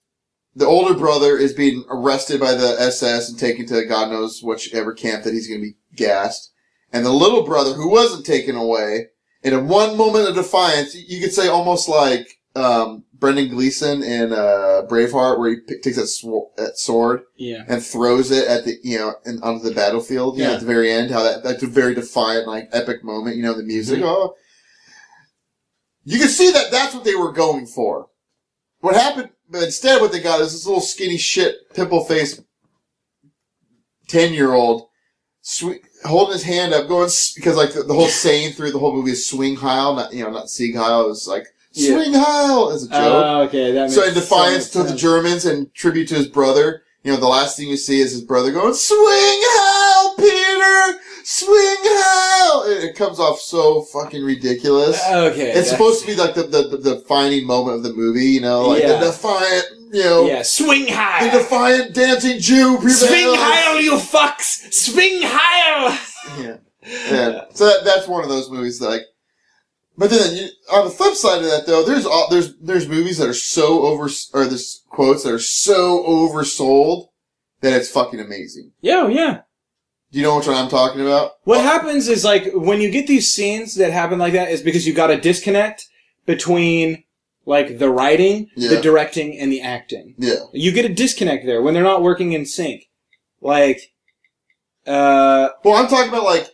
Speaker 2: the older brother is being arrested by the SS and taken to God knows whichever camp that he's going to be gassed, and the little brother who wasn't taken away, and in one moment of defiance, you could say almost like um, Brendan Gleeson in uh, Braveheart, where he p- takes that, sw- that sword
Speaker 1: Yeah.
Speaker 2: and throws it at the you know and onto the battlefield. You know,
Speaker 1: Yeah.
Speaker 2: at the very end, how that that's a very defiant, like epic moment. You know, the music.
Speaker 1: Mm-hmm.
Speaker 2: Oh, you can see that that's what they were going for. What happened? But instead, what they got is this little skinny shit, pimple faced ten year old. Sw- holding his hand up, going s- because like the,
Speaker 1: (laughs)
Speaker 2: the whole saying through the whole movie is "swing Heil," not you know not "Sieg Heil." It was like
Speaker 1: Yeah.
Speaker 2: "swing Heil" as a joke
Speaker 1: Oh, okay. That makes
Speaker 2: so in defiance
Speaker 1: so
Speaker 2: to
Speaker 1: much
Speaker 2: the
Speaker 1: sense.
Speaker 2: Germans and tribute to his brother, you know, the last thing you see is his brother going, swing hell, Peter! Swing hell! It, it comes off so fucking ridiculous.
Speaker 1: Uh, Okay.
Speaker 2: it's supposed to be like the, the, the defining moment of the movie, you know, like
Speaker 1: Yeah.
Speaker 2: the defiant, you know,
Speaker 1: Yeah. Swing
Speaker 2: the
Speaker 1: high.
Speaker 2: defiant dancing Jew prevails.
Speaker 1: Swing high, you fucks! Swing high.
Speaker 2: Yeah. yeah. So that, that's one of those movies that like, but then you, on the flip side of that though, there's all, there's there's movies that are so over or there's quotes that are so oversold that it's fucking amazing.
Speaker 1: Yeah. Yeah.
Speaker 2: Do you know which one I'm talking about?
Speaker 1: What happens is like when you get these scenes that happen like that is because you got a disconnect between like the writing,
Speaker 2: Yeah.
Speaker 1: the directing, and the acting.
Speaker 2: Yeah,
Speaker 1: You get a disconnect there when they're not working in sync. Like, uh,
Speaker 2: well I'm talking about like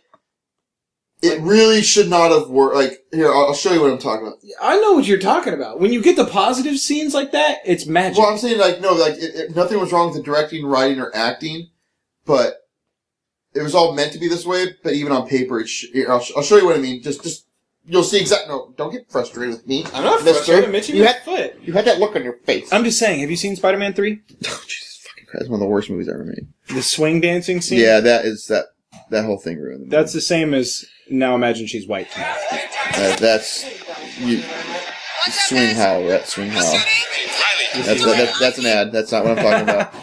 Speaker 2: it really should not have worked. Like here, I'll, I'll show you what I'm talking about.
Speaker 1: I know what you're talking about. When you get the positive scenes like that, it's magic.
Speaker 2: Well, I'm saying like no, like it, it, nothing was wrong with the directing, writing, or acting, but it was all meant to be this way. But even on paper, it sh- I'll, sh- I'll show you what I mean. Just, just you'll see exact. No, don't get frustrated with me.
Speaker 1: I'm not
Speaker 2: Mister.
Speaker 1: frustrated. Mitch, you
Speaker 2: You
Speaker 1: had
Speaker 2: had,
Speaker 1: foot.
Speaker 2: you had that look on your face. (laughs)
Speaker 1: I'm just saying. Have you seen Spider-Man Three?
Speaker 2: oh, Jesus fucking Christ! One of the worst movies ever made.
Speaker 1: The swing dancing scene.
Speaker 2: Yeah, that is that. That whole thing ruined. The
Speaker 1: That's the same as now. Imagine she's white.
Speaker 2: movie. Uh, that's you. Swing howl, right? Swing howl. That's what, that, that's an ad. That's not what I'm talking (laughs) about.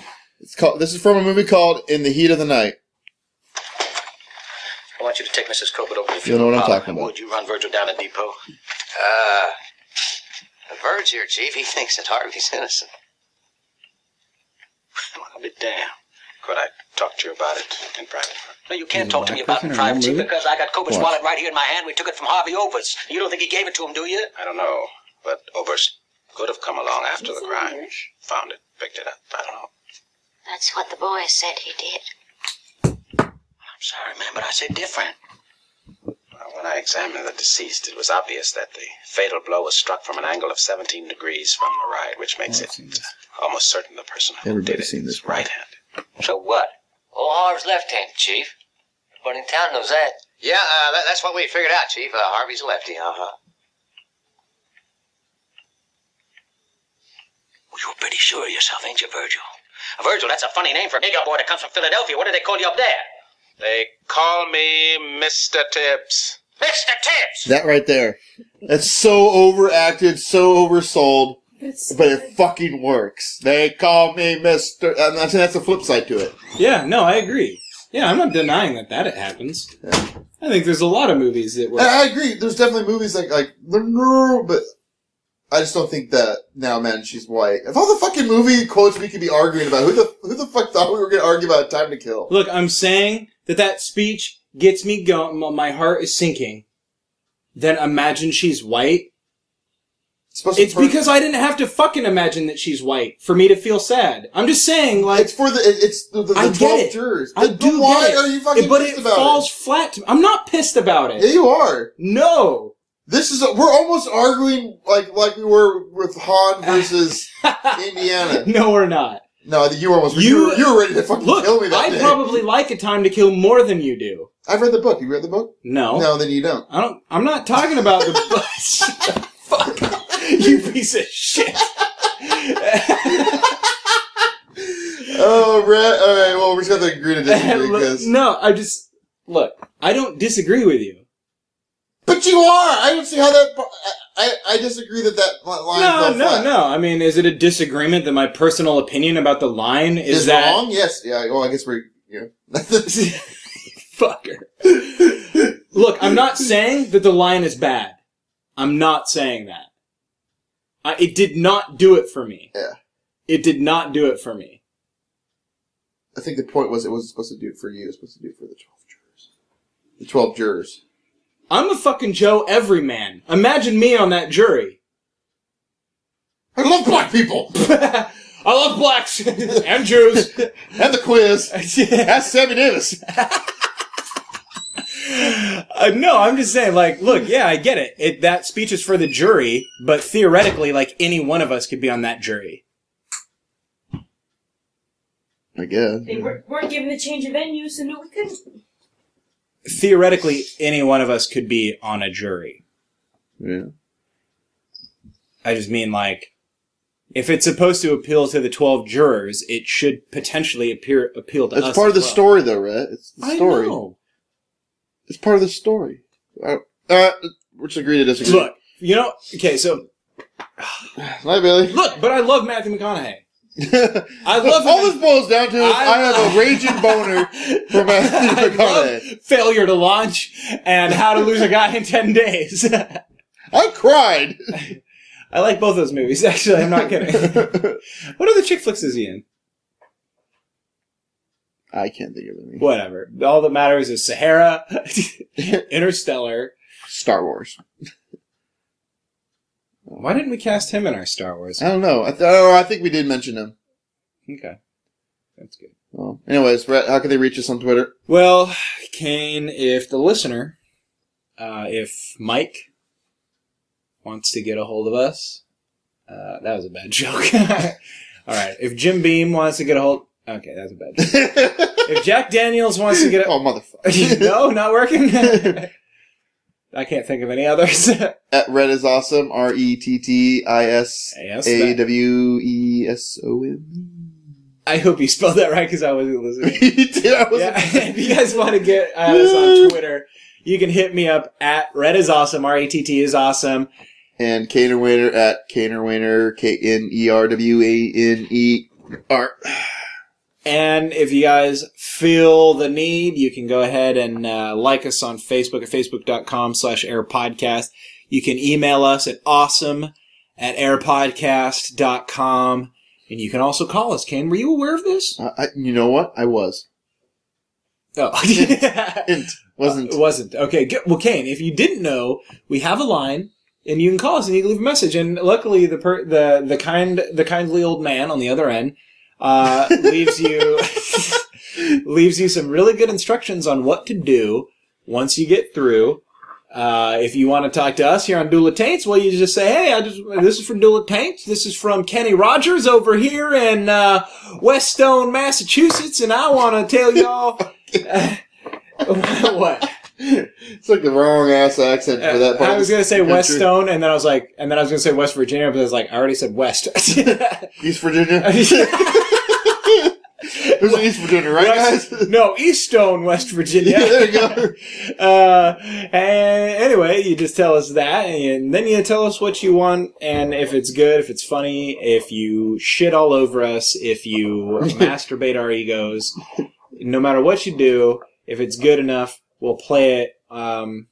Speaker 2: It's called. This is from a movie called In the Heat of the Night.
Speaker 4: I want you to take Mrs. Colbert over to the
Speaker 2: You know
Speaker 4: funeral
Speaker 2: what I'm
Speaker 4: parlor.
Speaker 2: talking about.
Speaker 4: Would you run Virgil down to depot? Uh, the Verge here, Chief. He thinks that Harvey's (laughs) innocent. I'll be damned. Could I talk to you about it in private? No, you can't talk to me about it in private, Chief, because I got Colbert's
Speaker 2: What?
Speaker 4: wallet right here in my hand. We took it from Harvey Overs. You don't think he gave it to him, do you? I don't know, but Overs could have come along after the crime. Found it, picked it up. I don't know.
Speaker 5: That's what the boy said he did.
Speaker 4: I'm sorry, man, but I said different. Well, when I examined the deceased, it was obvious that the fatal blow was struck from an angle of 17 degrees from the right, which makes it uh, almost certain the person who did
Speaker 2: Everybody's
Speaker 4: it
Speaker 2: seen this
Speaker 4: is right-handed.
Speaker 6: So what? Old
Speaker 4: Oh,
Speaker 6: Harv's left-handed, Chief. Everybody in town knows that.
Speaker 4: Yeah, uh, that's what we figured out, Chief. Uh, Harvey's a lefty, uh-huh. Well, you're pretty sure of yourself, ain't you, Virgil? Uh, Virgil, that's a funny name for a nigger boy that comes from Philadelphia. What do they call you up there?
Speaker 7: They call me Mr. Tibbs.
Speaker 4: Mr. Tibbs!
Speaker 2: That right there. That's so overacted, so oversold,
Speaker 3: It's
Speaker 2: but it fucking works. They call me Mister. I'm not saying that's the flip side to it.
Speaker 1: Yeah, no, I agree. Yeah, I'm not denying that that it happens. I think there's a lot of movies that were.
Speaker 2: And I agree. There's definitely movies like like no, but I just don't think that now, man, she's white. Of all the fucking movie quotes we could be arguing about, who the who the fuck thought we were gonna argue about Time to Kill?
Speaker 1: Look, I'm saying that that speech gets me going. My heart is sinking. Then imagine she's white.
Speaker 2: It's, supposed to
Speaker 1: It's
Speaker 2: be for-
Speaker 1: because I didn't have to fucking imagine that she's white for me to feel sad. I'm just saying, like,
Speaker 2: it's for the it- it's the, the,
Speaker 1: I
Speaker 2: the
Speaker 1: get
Speaker 2: twelve
Speaker 1: it.
Speaker 2: jurors.
Speaker 1: I
Speaker 2: Then
Speaker 1: do
Speaker 2: Why
Speaker 1: get it,
Speaker 2: are you fucking
Speaker 1: but
Speaker 2: pissed
Speaker 1: it
Speaker 2: about
Speaker 1: falls flat. To me. I'm not pissed about
Speaker 2: it?
Speaker 1: it.
Speaker 2: Yeah, you are.
Speaker 1: no, (laughs)
Speaker 2: This is a, we're almost arguing like like we were with
Speaker 1: (laughs)
Speaker 2: Han versus Indiana.
Speaker 1: no, we're not.
Speaker 2: No, you were almost
Speaker 1: You-
Speaker 2: you were, you were ready to fucking
Speaker 1: Look,
Speaker 2: kill me that
Speaker 1: I
Speaker 2: day.
Speaker 1: probably like a time to kill more than you do.
Speaker 2: I've read the book. You read the book? No, then you don't.
Speaker 1: I don't. I'm not talking about (laughs) the bu- Shut the fuck, up, you piece of shit.
Speaker 2: Oh,
Speaker 1: (laughs)
Speaker 2: Brett. All right. Well, we're just gonna have to agree to disagree
Speaker 1: Look,
Speaker 2: because
Speaker 1: no, I just look. I don't disagree with you.
Speaker 2: But you are. I don't see how that. I, I, I disagree that that line.
Speaker 1: No,
Speaker 2: fell
Speaker 1: no,
Speaker 2: flat.
Speaker 1: no. I mean, is it a disagreement that my personal opinion about the line is,
Speaker 2: Is
Speaker 1: that (laughs)
Speaker 2: wrong? Yes. Yeah. Well, I guess we're. (laughs) Yeah.
Speaker 1: fucker? Look, I'm not saying that the line is bad. I'm not saying that. I, it did not do it for me.
Speaker 2: Yeah.
Speaker 1: It did not do it for me.
Speaker 2: I think the point was it wasn't supposed to do it for you. It was supposed to do it for the twelve jurors. The twelve jurors.
Speaker 1: I'm a fucking Joe Everyman. Imagine me on that jury. (laughs)
Speaker 2: I love black people (laughs)
Speaker 1: I love blacks (laughs) and Jews.
Speaker 2: and the quiz.
Speaker 1: Yeah.
Speaker 2: Ask Sammy Davis.
Speaker 1: (laughs) Uh, no, I'm just saying, like, look, yeah, I get it. it. That speech is for the jury, but theoretically, like, any one of us could be on that jury.
Speaker 2: I guess.
Speaker 3: They were, weren't given the change of venue, so no, we couldn't.
Speaker 1: Theoretically, any one of us could be on a jury.
Speaker 2: Yeah.
Speaker 1: I just mean, like, if it's supposed to appeal to the 12 jurors, it should potentially appear, appeal to us.
Speaker 2: It's part of the
Speaker 1: as well.
Speaker 2: story, though, right? It's the story.
Speaker 1: I know.
Speaker 2: It's part of the story. Uh, uh, we're just agree to disagree.
Speaker 1: Look, you know, okay, so,
Speaker 2: Night, Bailey.
Speaker 1: look, but I love Matthew McConaughey.
Speaker 2: (laughs)
Speaker 1: I love
Speaker 2: Look,
Speaker 1: him.
Speaker 2: all this boils down to is I,
Speaker 1: I-
Speaker 2: have a raging boner
Speaker 1: (laughs)
Speaker 2: for (laughs)
Speaker 1: I love
Speaker 2: Matthew McConaughey.
Speaker 1: failure to launch and how to lose a guy in 10 days. (laughs)
Speaker 2: I cried.
Speaker 1: I like both those movies, actually.
Speaker 2: (laughs)
Speaker 1: I'm not kidding. what other chick flicks is he in?
Speaker 2: I can't think of any.
Speaker 1: Whatever. All that matters is Sahara, (laughs) Interstellar.
Speaker 2: Star Wars.
Speaker 1: Why didn't we cast him in our Star Wars?
Speaker 2: I don't know. I, th- oh, I think we did mention him.
Speaker 1: Okay. That's good.
Speaker 2: Well, anyways, Brett, how can they reach us on Twitter?
Speaker 1: Well, Kane, if the listener, uh, if Mike wants to get a hold of us, uh, that was a bad joke. (laughs) All right. If Jim Beam wants to get a hold. Okay, that's a bad joke.
Speaker 2: oh,
Speaker 1: If Jack Daniels wants
Speaker 2: (laughs)
Speaker 1: to get a. (laughs)
Speaker 2: motherfucker.
Speaker 1: no, not working. I can't think of any others. (laughs)
Speaker 2: At Red is awesome. R E T T I S
Speaker 1: yes,
Speaker 2: A
Speaker 1: that-
Speaker 2: W E S
Speaker 1: (laughs)
Speaker 2: O M.
Speaker 1: I hope you spelled that right because I wasn't
Speaker 2: (laughs)
Speaker 1: listening.
Speaker 2: You did. I was
Speaker 1: yeah, (laughs) if you guys want to get at us on Twitter, you can hit me up at red is awesome. R A T T is awesome.
Speaker 2: and Kaner Wainer at Kaner Wainer, K N E R W A N E R.
Speaker 1: And if you guys feel the need, you can go ahead and uh, like us on Facebook at facebook.com slash airpodcast. You can email us at awesome at airpodcast.com. And you can also call us, Kane. Were you aware of this?
Speaker 2: I, I- you know what? I was.
Speaker 1: Oh,
Speaker 2: (laughs)
Speaker 1: (laughs)
Speaker 2: Int. Wasn't.
Speaker 1: Uh, It wasn't. Okay. Good. Well, Kane, if you didn't know, we have a line, and you can call us and you can leave a message. And luckily, the per- the the kind the kindly old man on the other end uh, leaves you (laughs) leaves you some really good instructions on what to do once you get through. Uh, if you want to talk to us here on Duel of Taints, well, you just say, "Hey, I just this is from Duel of Taints. This is from Kenny Rogers over here in uh, West Stone, Massachusetts, and I want to tell y'all (laughs) what."
Speaker 2: it's like the wrong ass accent for that part.
Speaker 1: I was gonna say
Speaker 2: of the
Speaker 1: West
Speaker 2: country.
Speaker 1: Stone, and then I was like, and then I was gonna say West Virginia, but I was like, I already said West. (laughs)
Speaker 2: East Virginia. There's an East Virginia, right,
Speaker 1: West-
Speaker 2: guys?
Speaker 1: no, East Stone, West Virginia.
Speaker 2: (laughs) Yeah, there you go.
Speaker 1: Uh, and anyway, you just tell us that, and then you tell us what you want, and if it's good, if it's funny, if you shit all over us, if
Speaker 2: (laughs)
Speaker 1: you masturbate our egos, no matter what you do, if it's good enough, we'll play it. Um,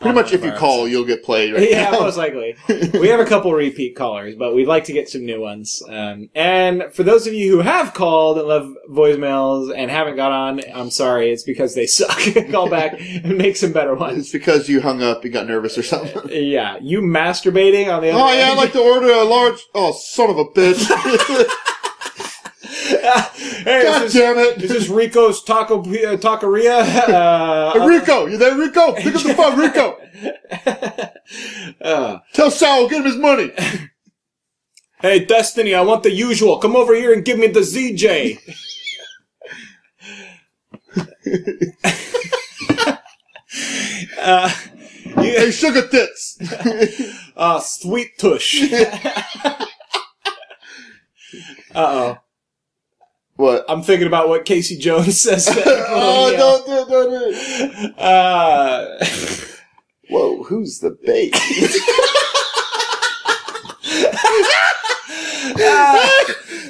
Speaker 2: Pretty
Speaker 1: on
Speaker 2: much,
Speaker 1: one
Speaker 2: if
Speaker 1: of
Speaker 2: you
Speaker 1: our-
Speaker 2: call, you'll get played.
Speaker 1: (laughs)
Speaker 2: Right
Speaker 1: yeah,
Speaker 2: now. (laughs)
Speaker 1: most likely. We have a couple repeat callers, but we'd like to get some new ones. Um, and for those of you who have called and left voicemails and haven't got on, I'm sorry. It's because they suck. (laughs) Call back and make some better ones.
Speaker 2: It's because you hung up, you got nervous or something.
Speaker 1: Yeah, you masturbating on the
Speaker 2: oh
Speaker 1: other
Speaker 2: yeah, I'd
Speaker 1: end.
Speaker 2: like to order a large. Oh, son of a bitch!
Speaker 1: (laughs) hey,
Speaker 2: God
Speaker 1: is this,
Speaker 2: damn it!
Speaker 1: is this Rico's Taco uh, Taqueria? (laughs)
Speaker 2: Hey,
Speaker 1: Uh,
Speaker 2: Rico, you there,
Speaker 1: (laughs)
Speaker 2: Rico? Pick up the phone, Rico.
Speaker 1: uh,
Speaker 2: Tell Sal, get him his money.
Speaker 1: Hey, Destiny, I want the usual. Come over here and give me the ZJ. uh,
Speaker 2: Hey,
Speaker 1: you,
Speaker 2: sugar
Speaker 1: (laughs)
Speaker 2: tits.
Speaker 1: uh, sweet
Speaker 2: (laughs)
Speaker 1: tush. uh oh.
Speaker 2: What?
Speaker 1: I'm thinking about what Casey Jones says. to
Speaker 2: (laughs) oh,
Speaker 1: (laughs) everyone. (laughs)
Speaker 2: don't do it, don't do it.
Speaker 1: Uh,
Speaker 8: Whoa, who's the
Speaker 1: (laughs)
Speaker 8: bait?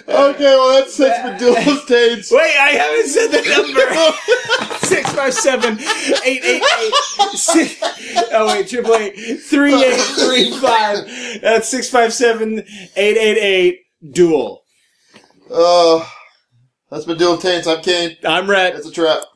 Speaker 2: Okay, well that's that's Medulla's stage.
Speaker 1: (laughs) Wait, I haven't said the number. (laughs) Six five seven eight eight eight six. Oh wait, triple eight three eight three five. That's six five seven eight eight eight. Duel.
Speaker 2: Uh, Oh, that's Medulla Taints. I'm Kane.
Speaker 1: I'm Rhett.
Speaker 2: That's a trap.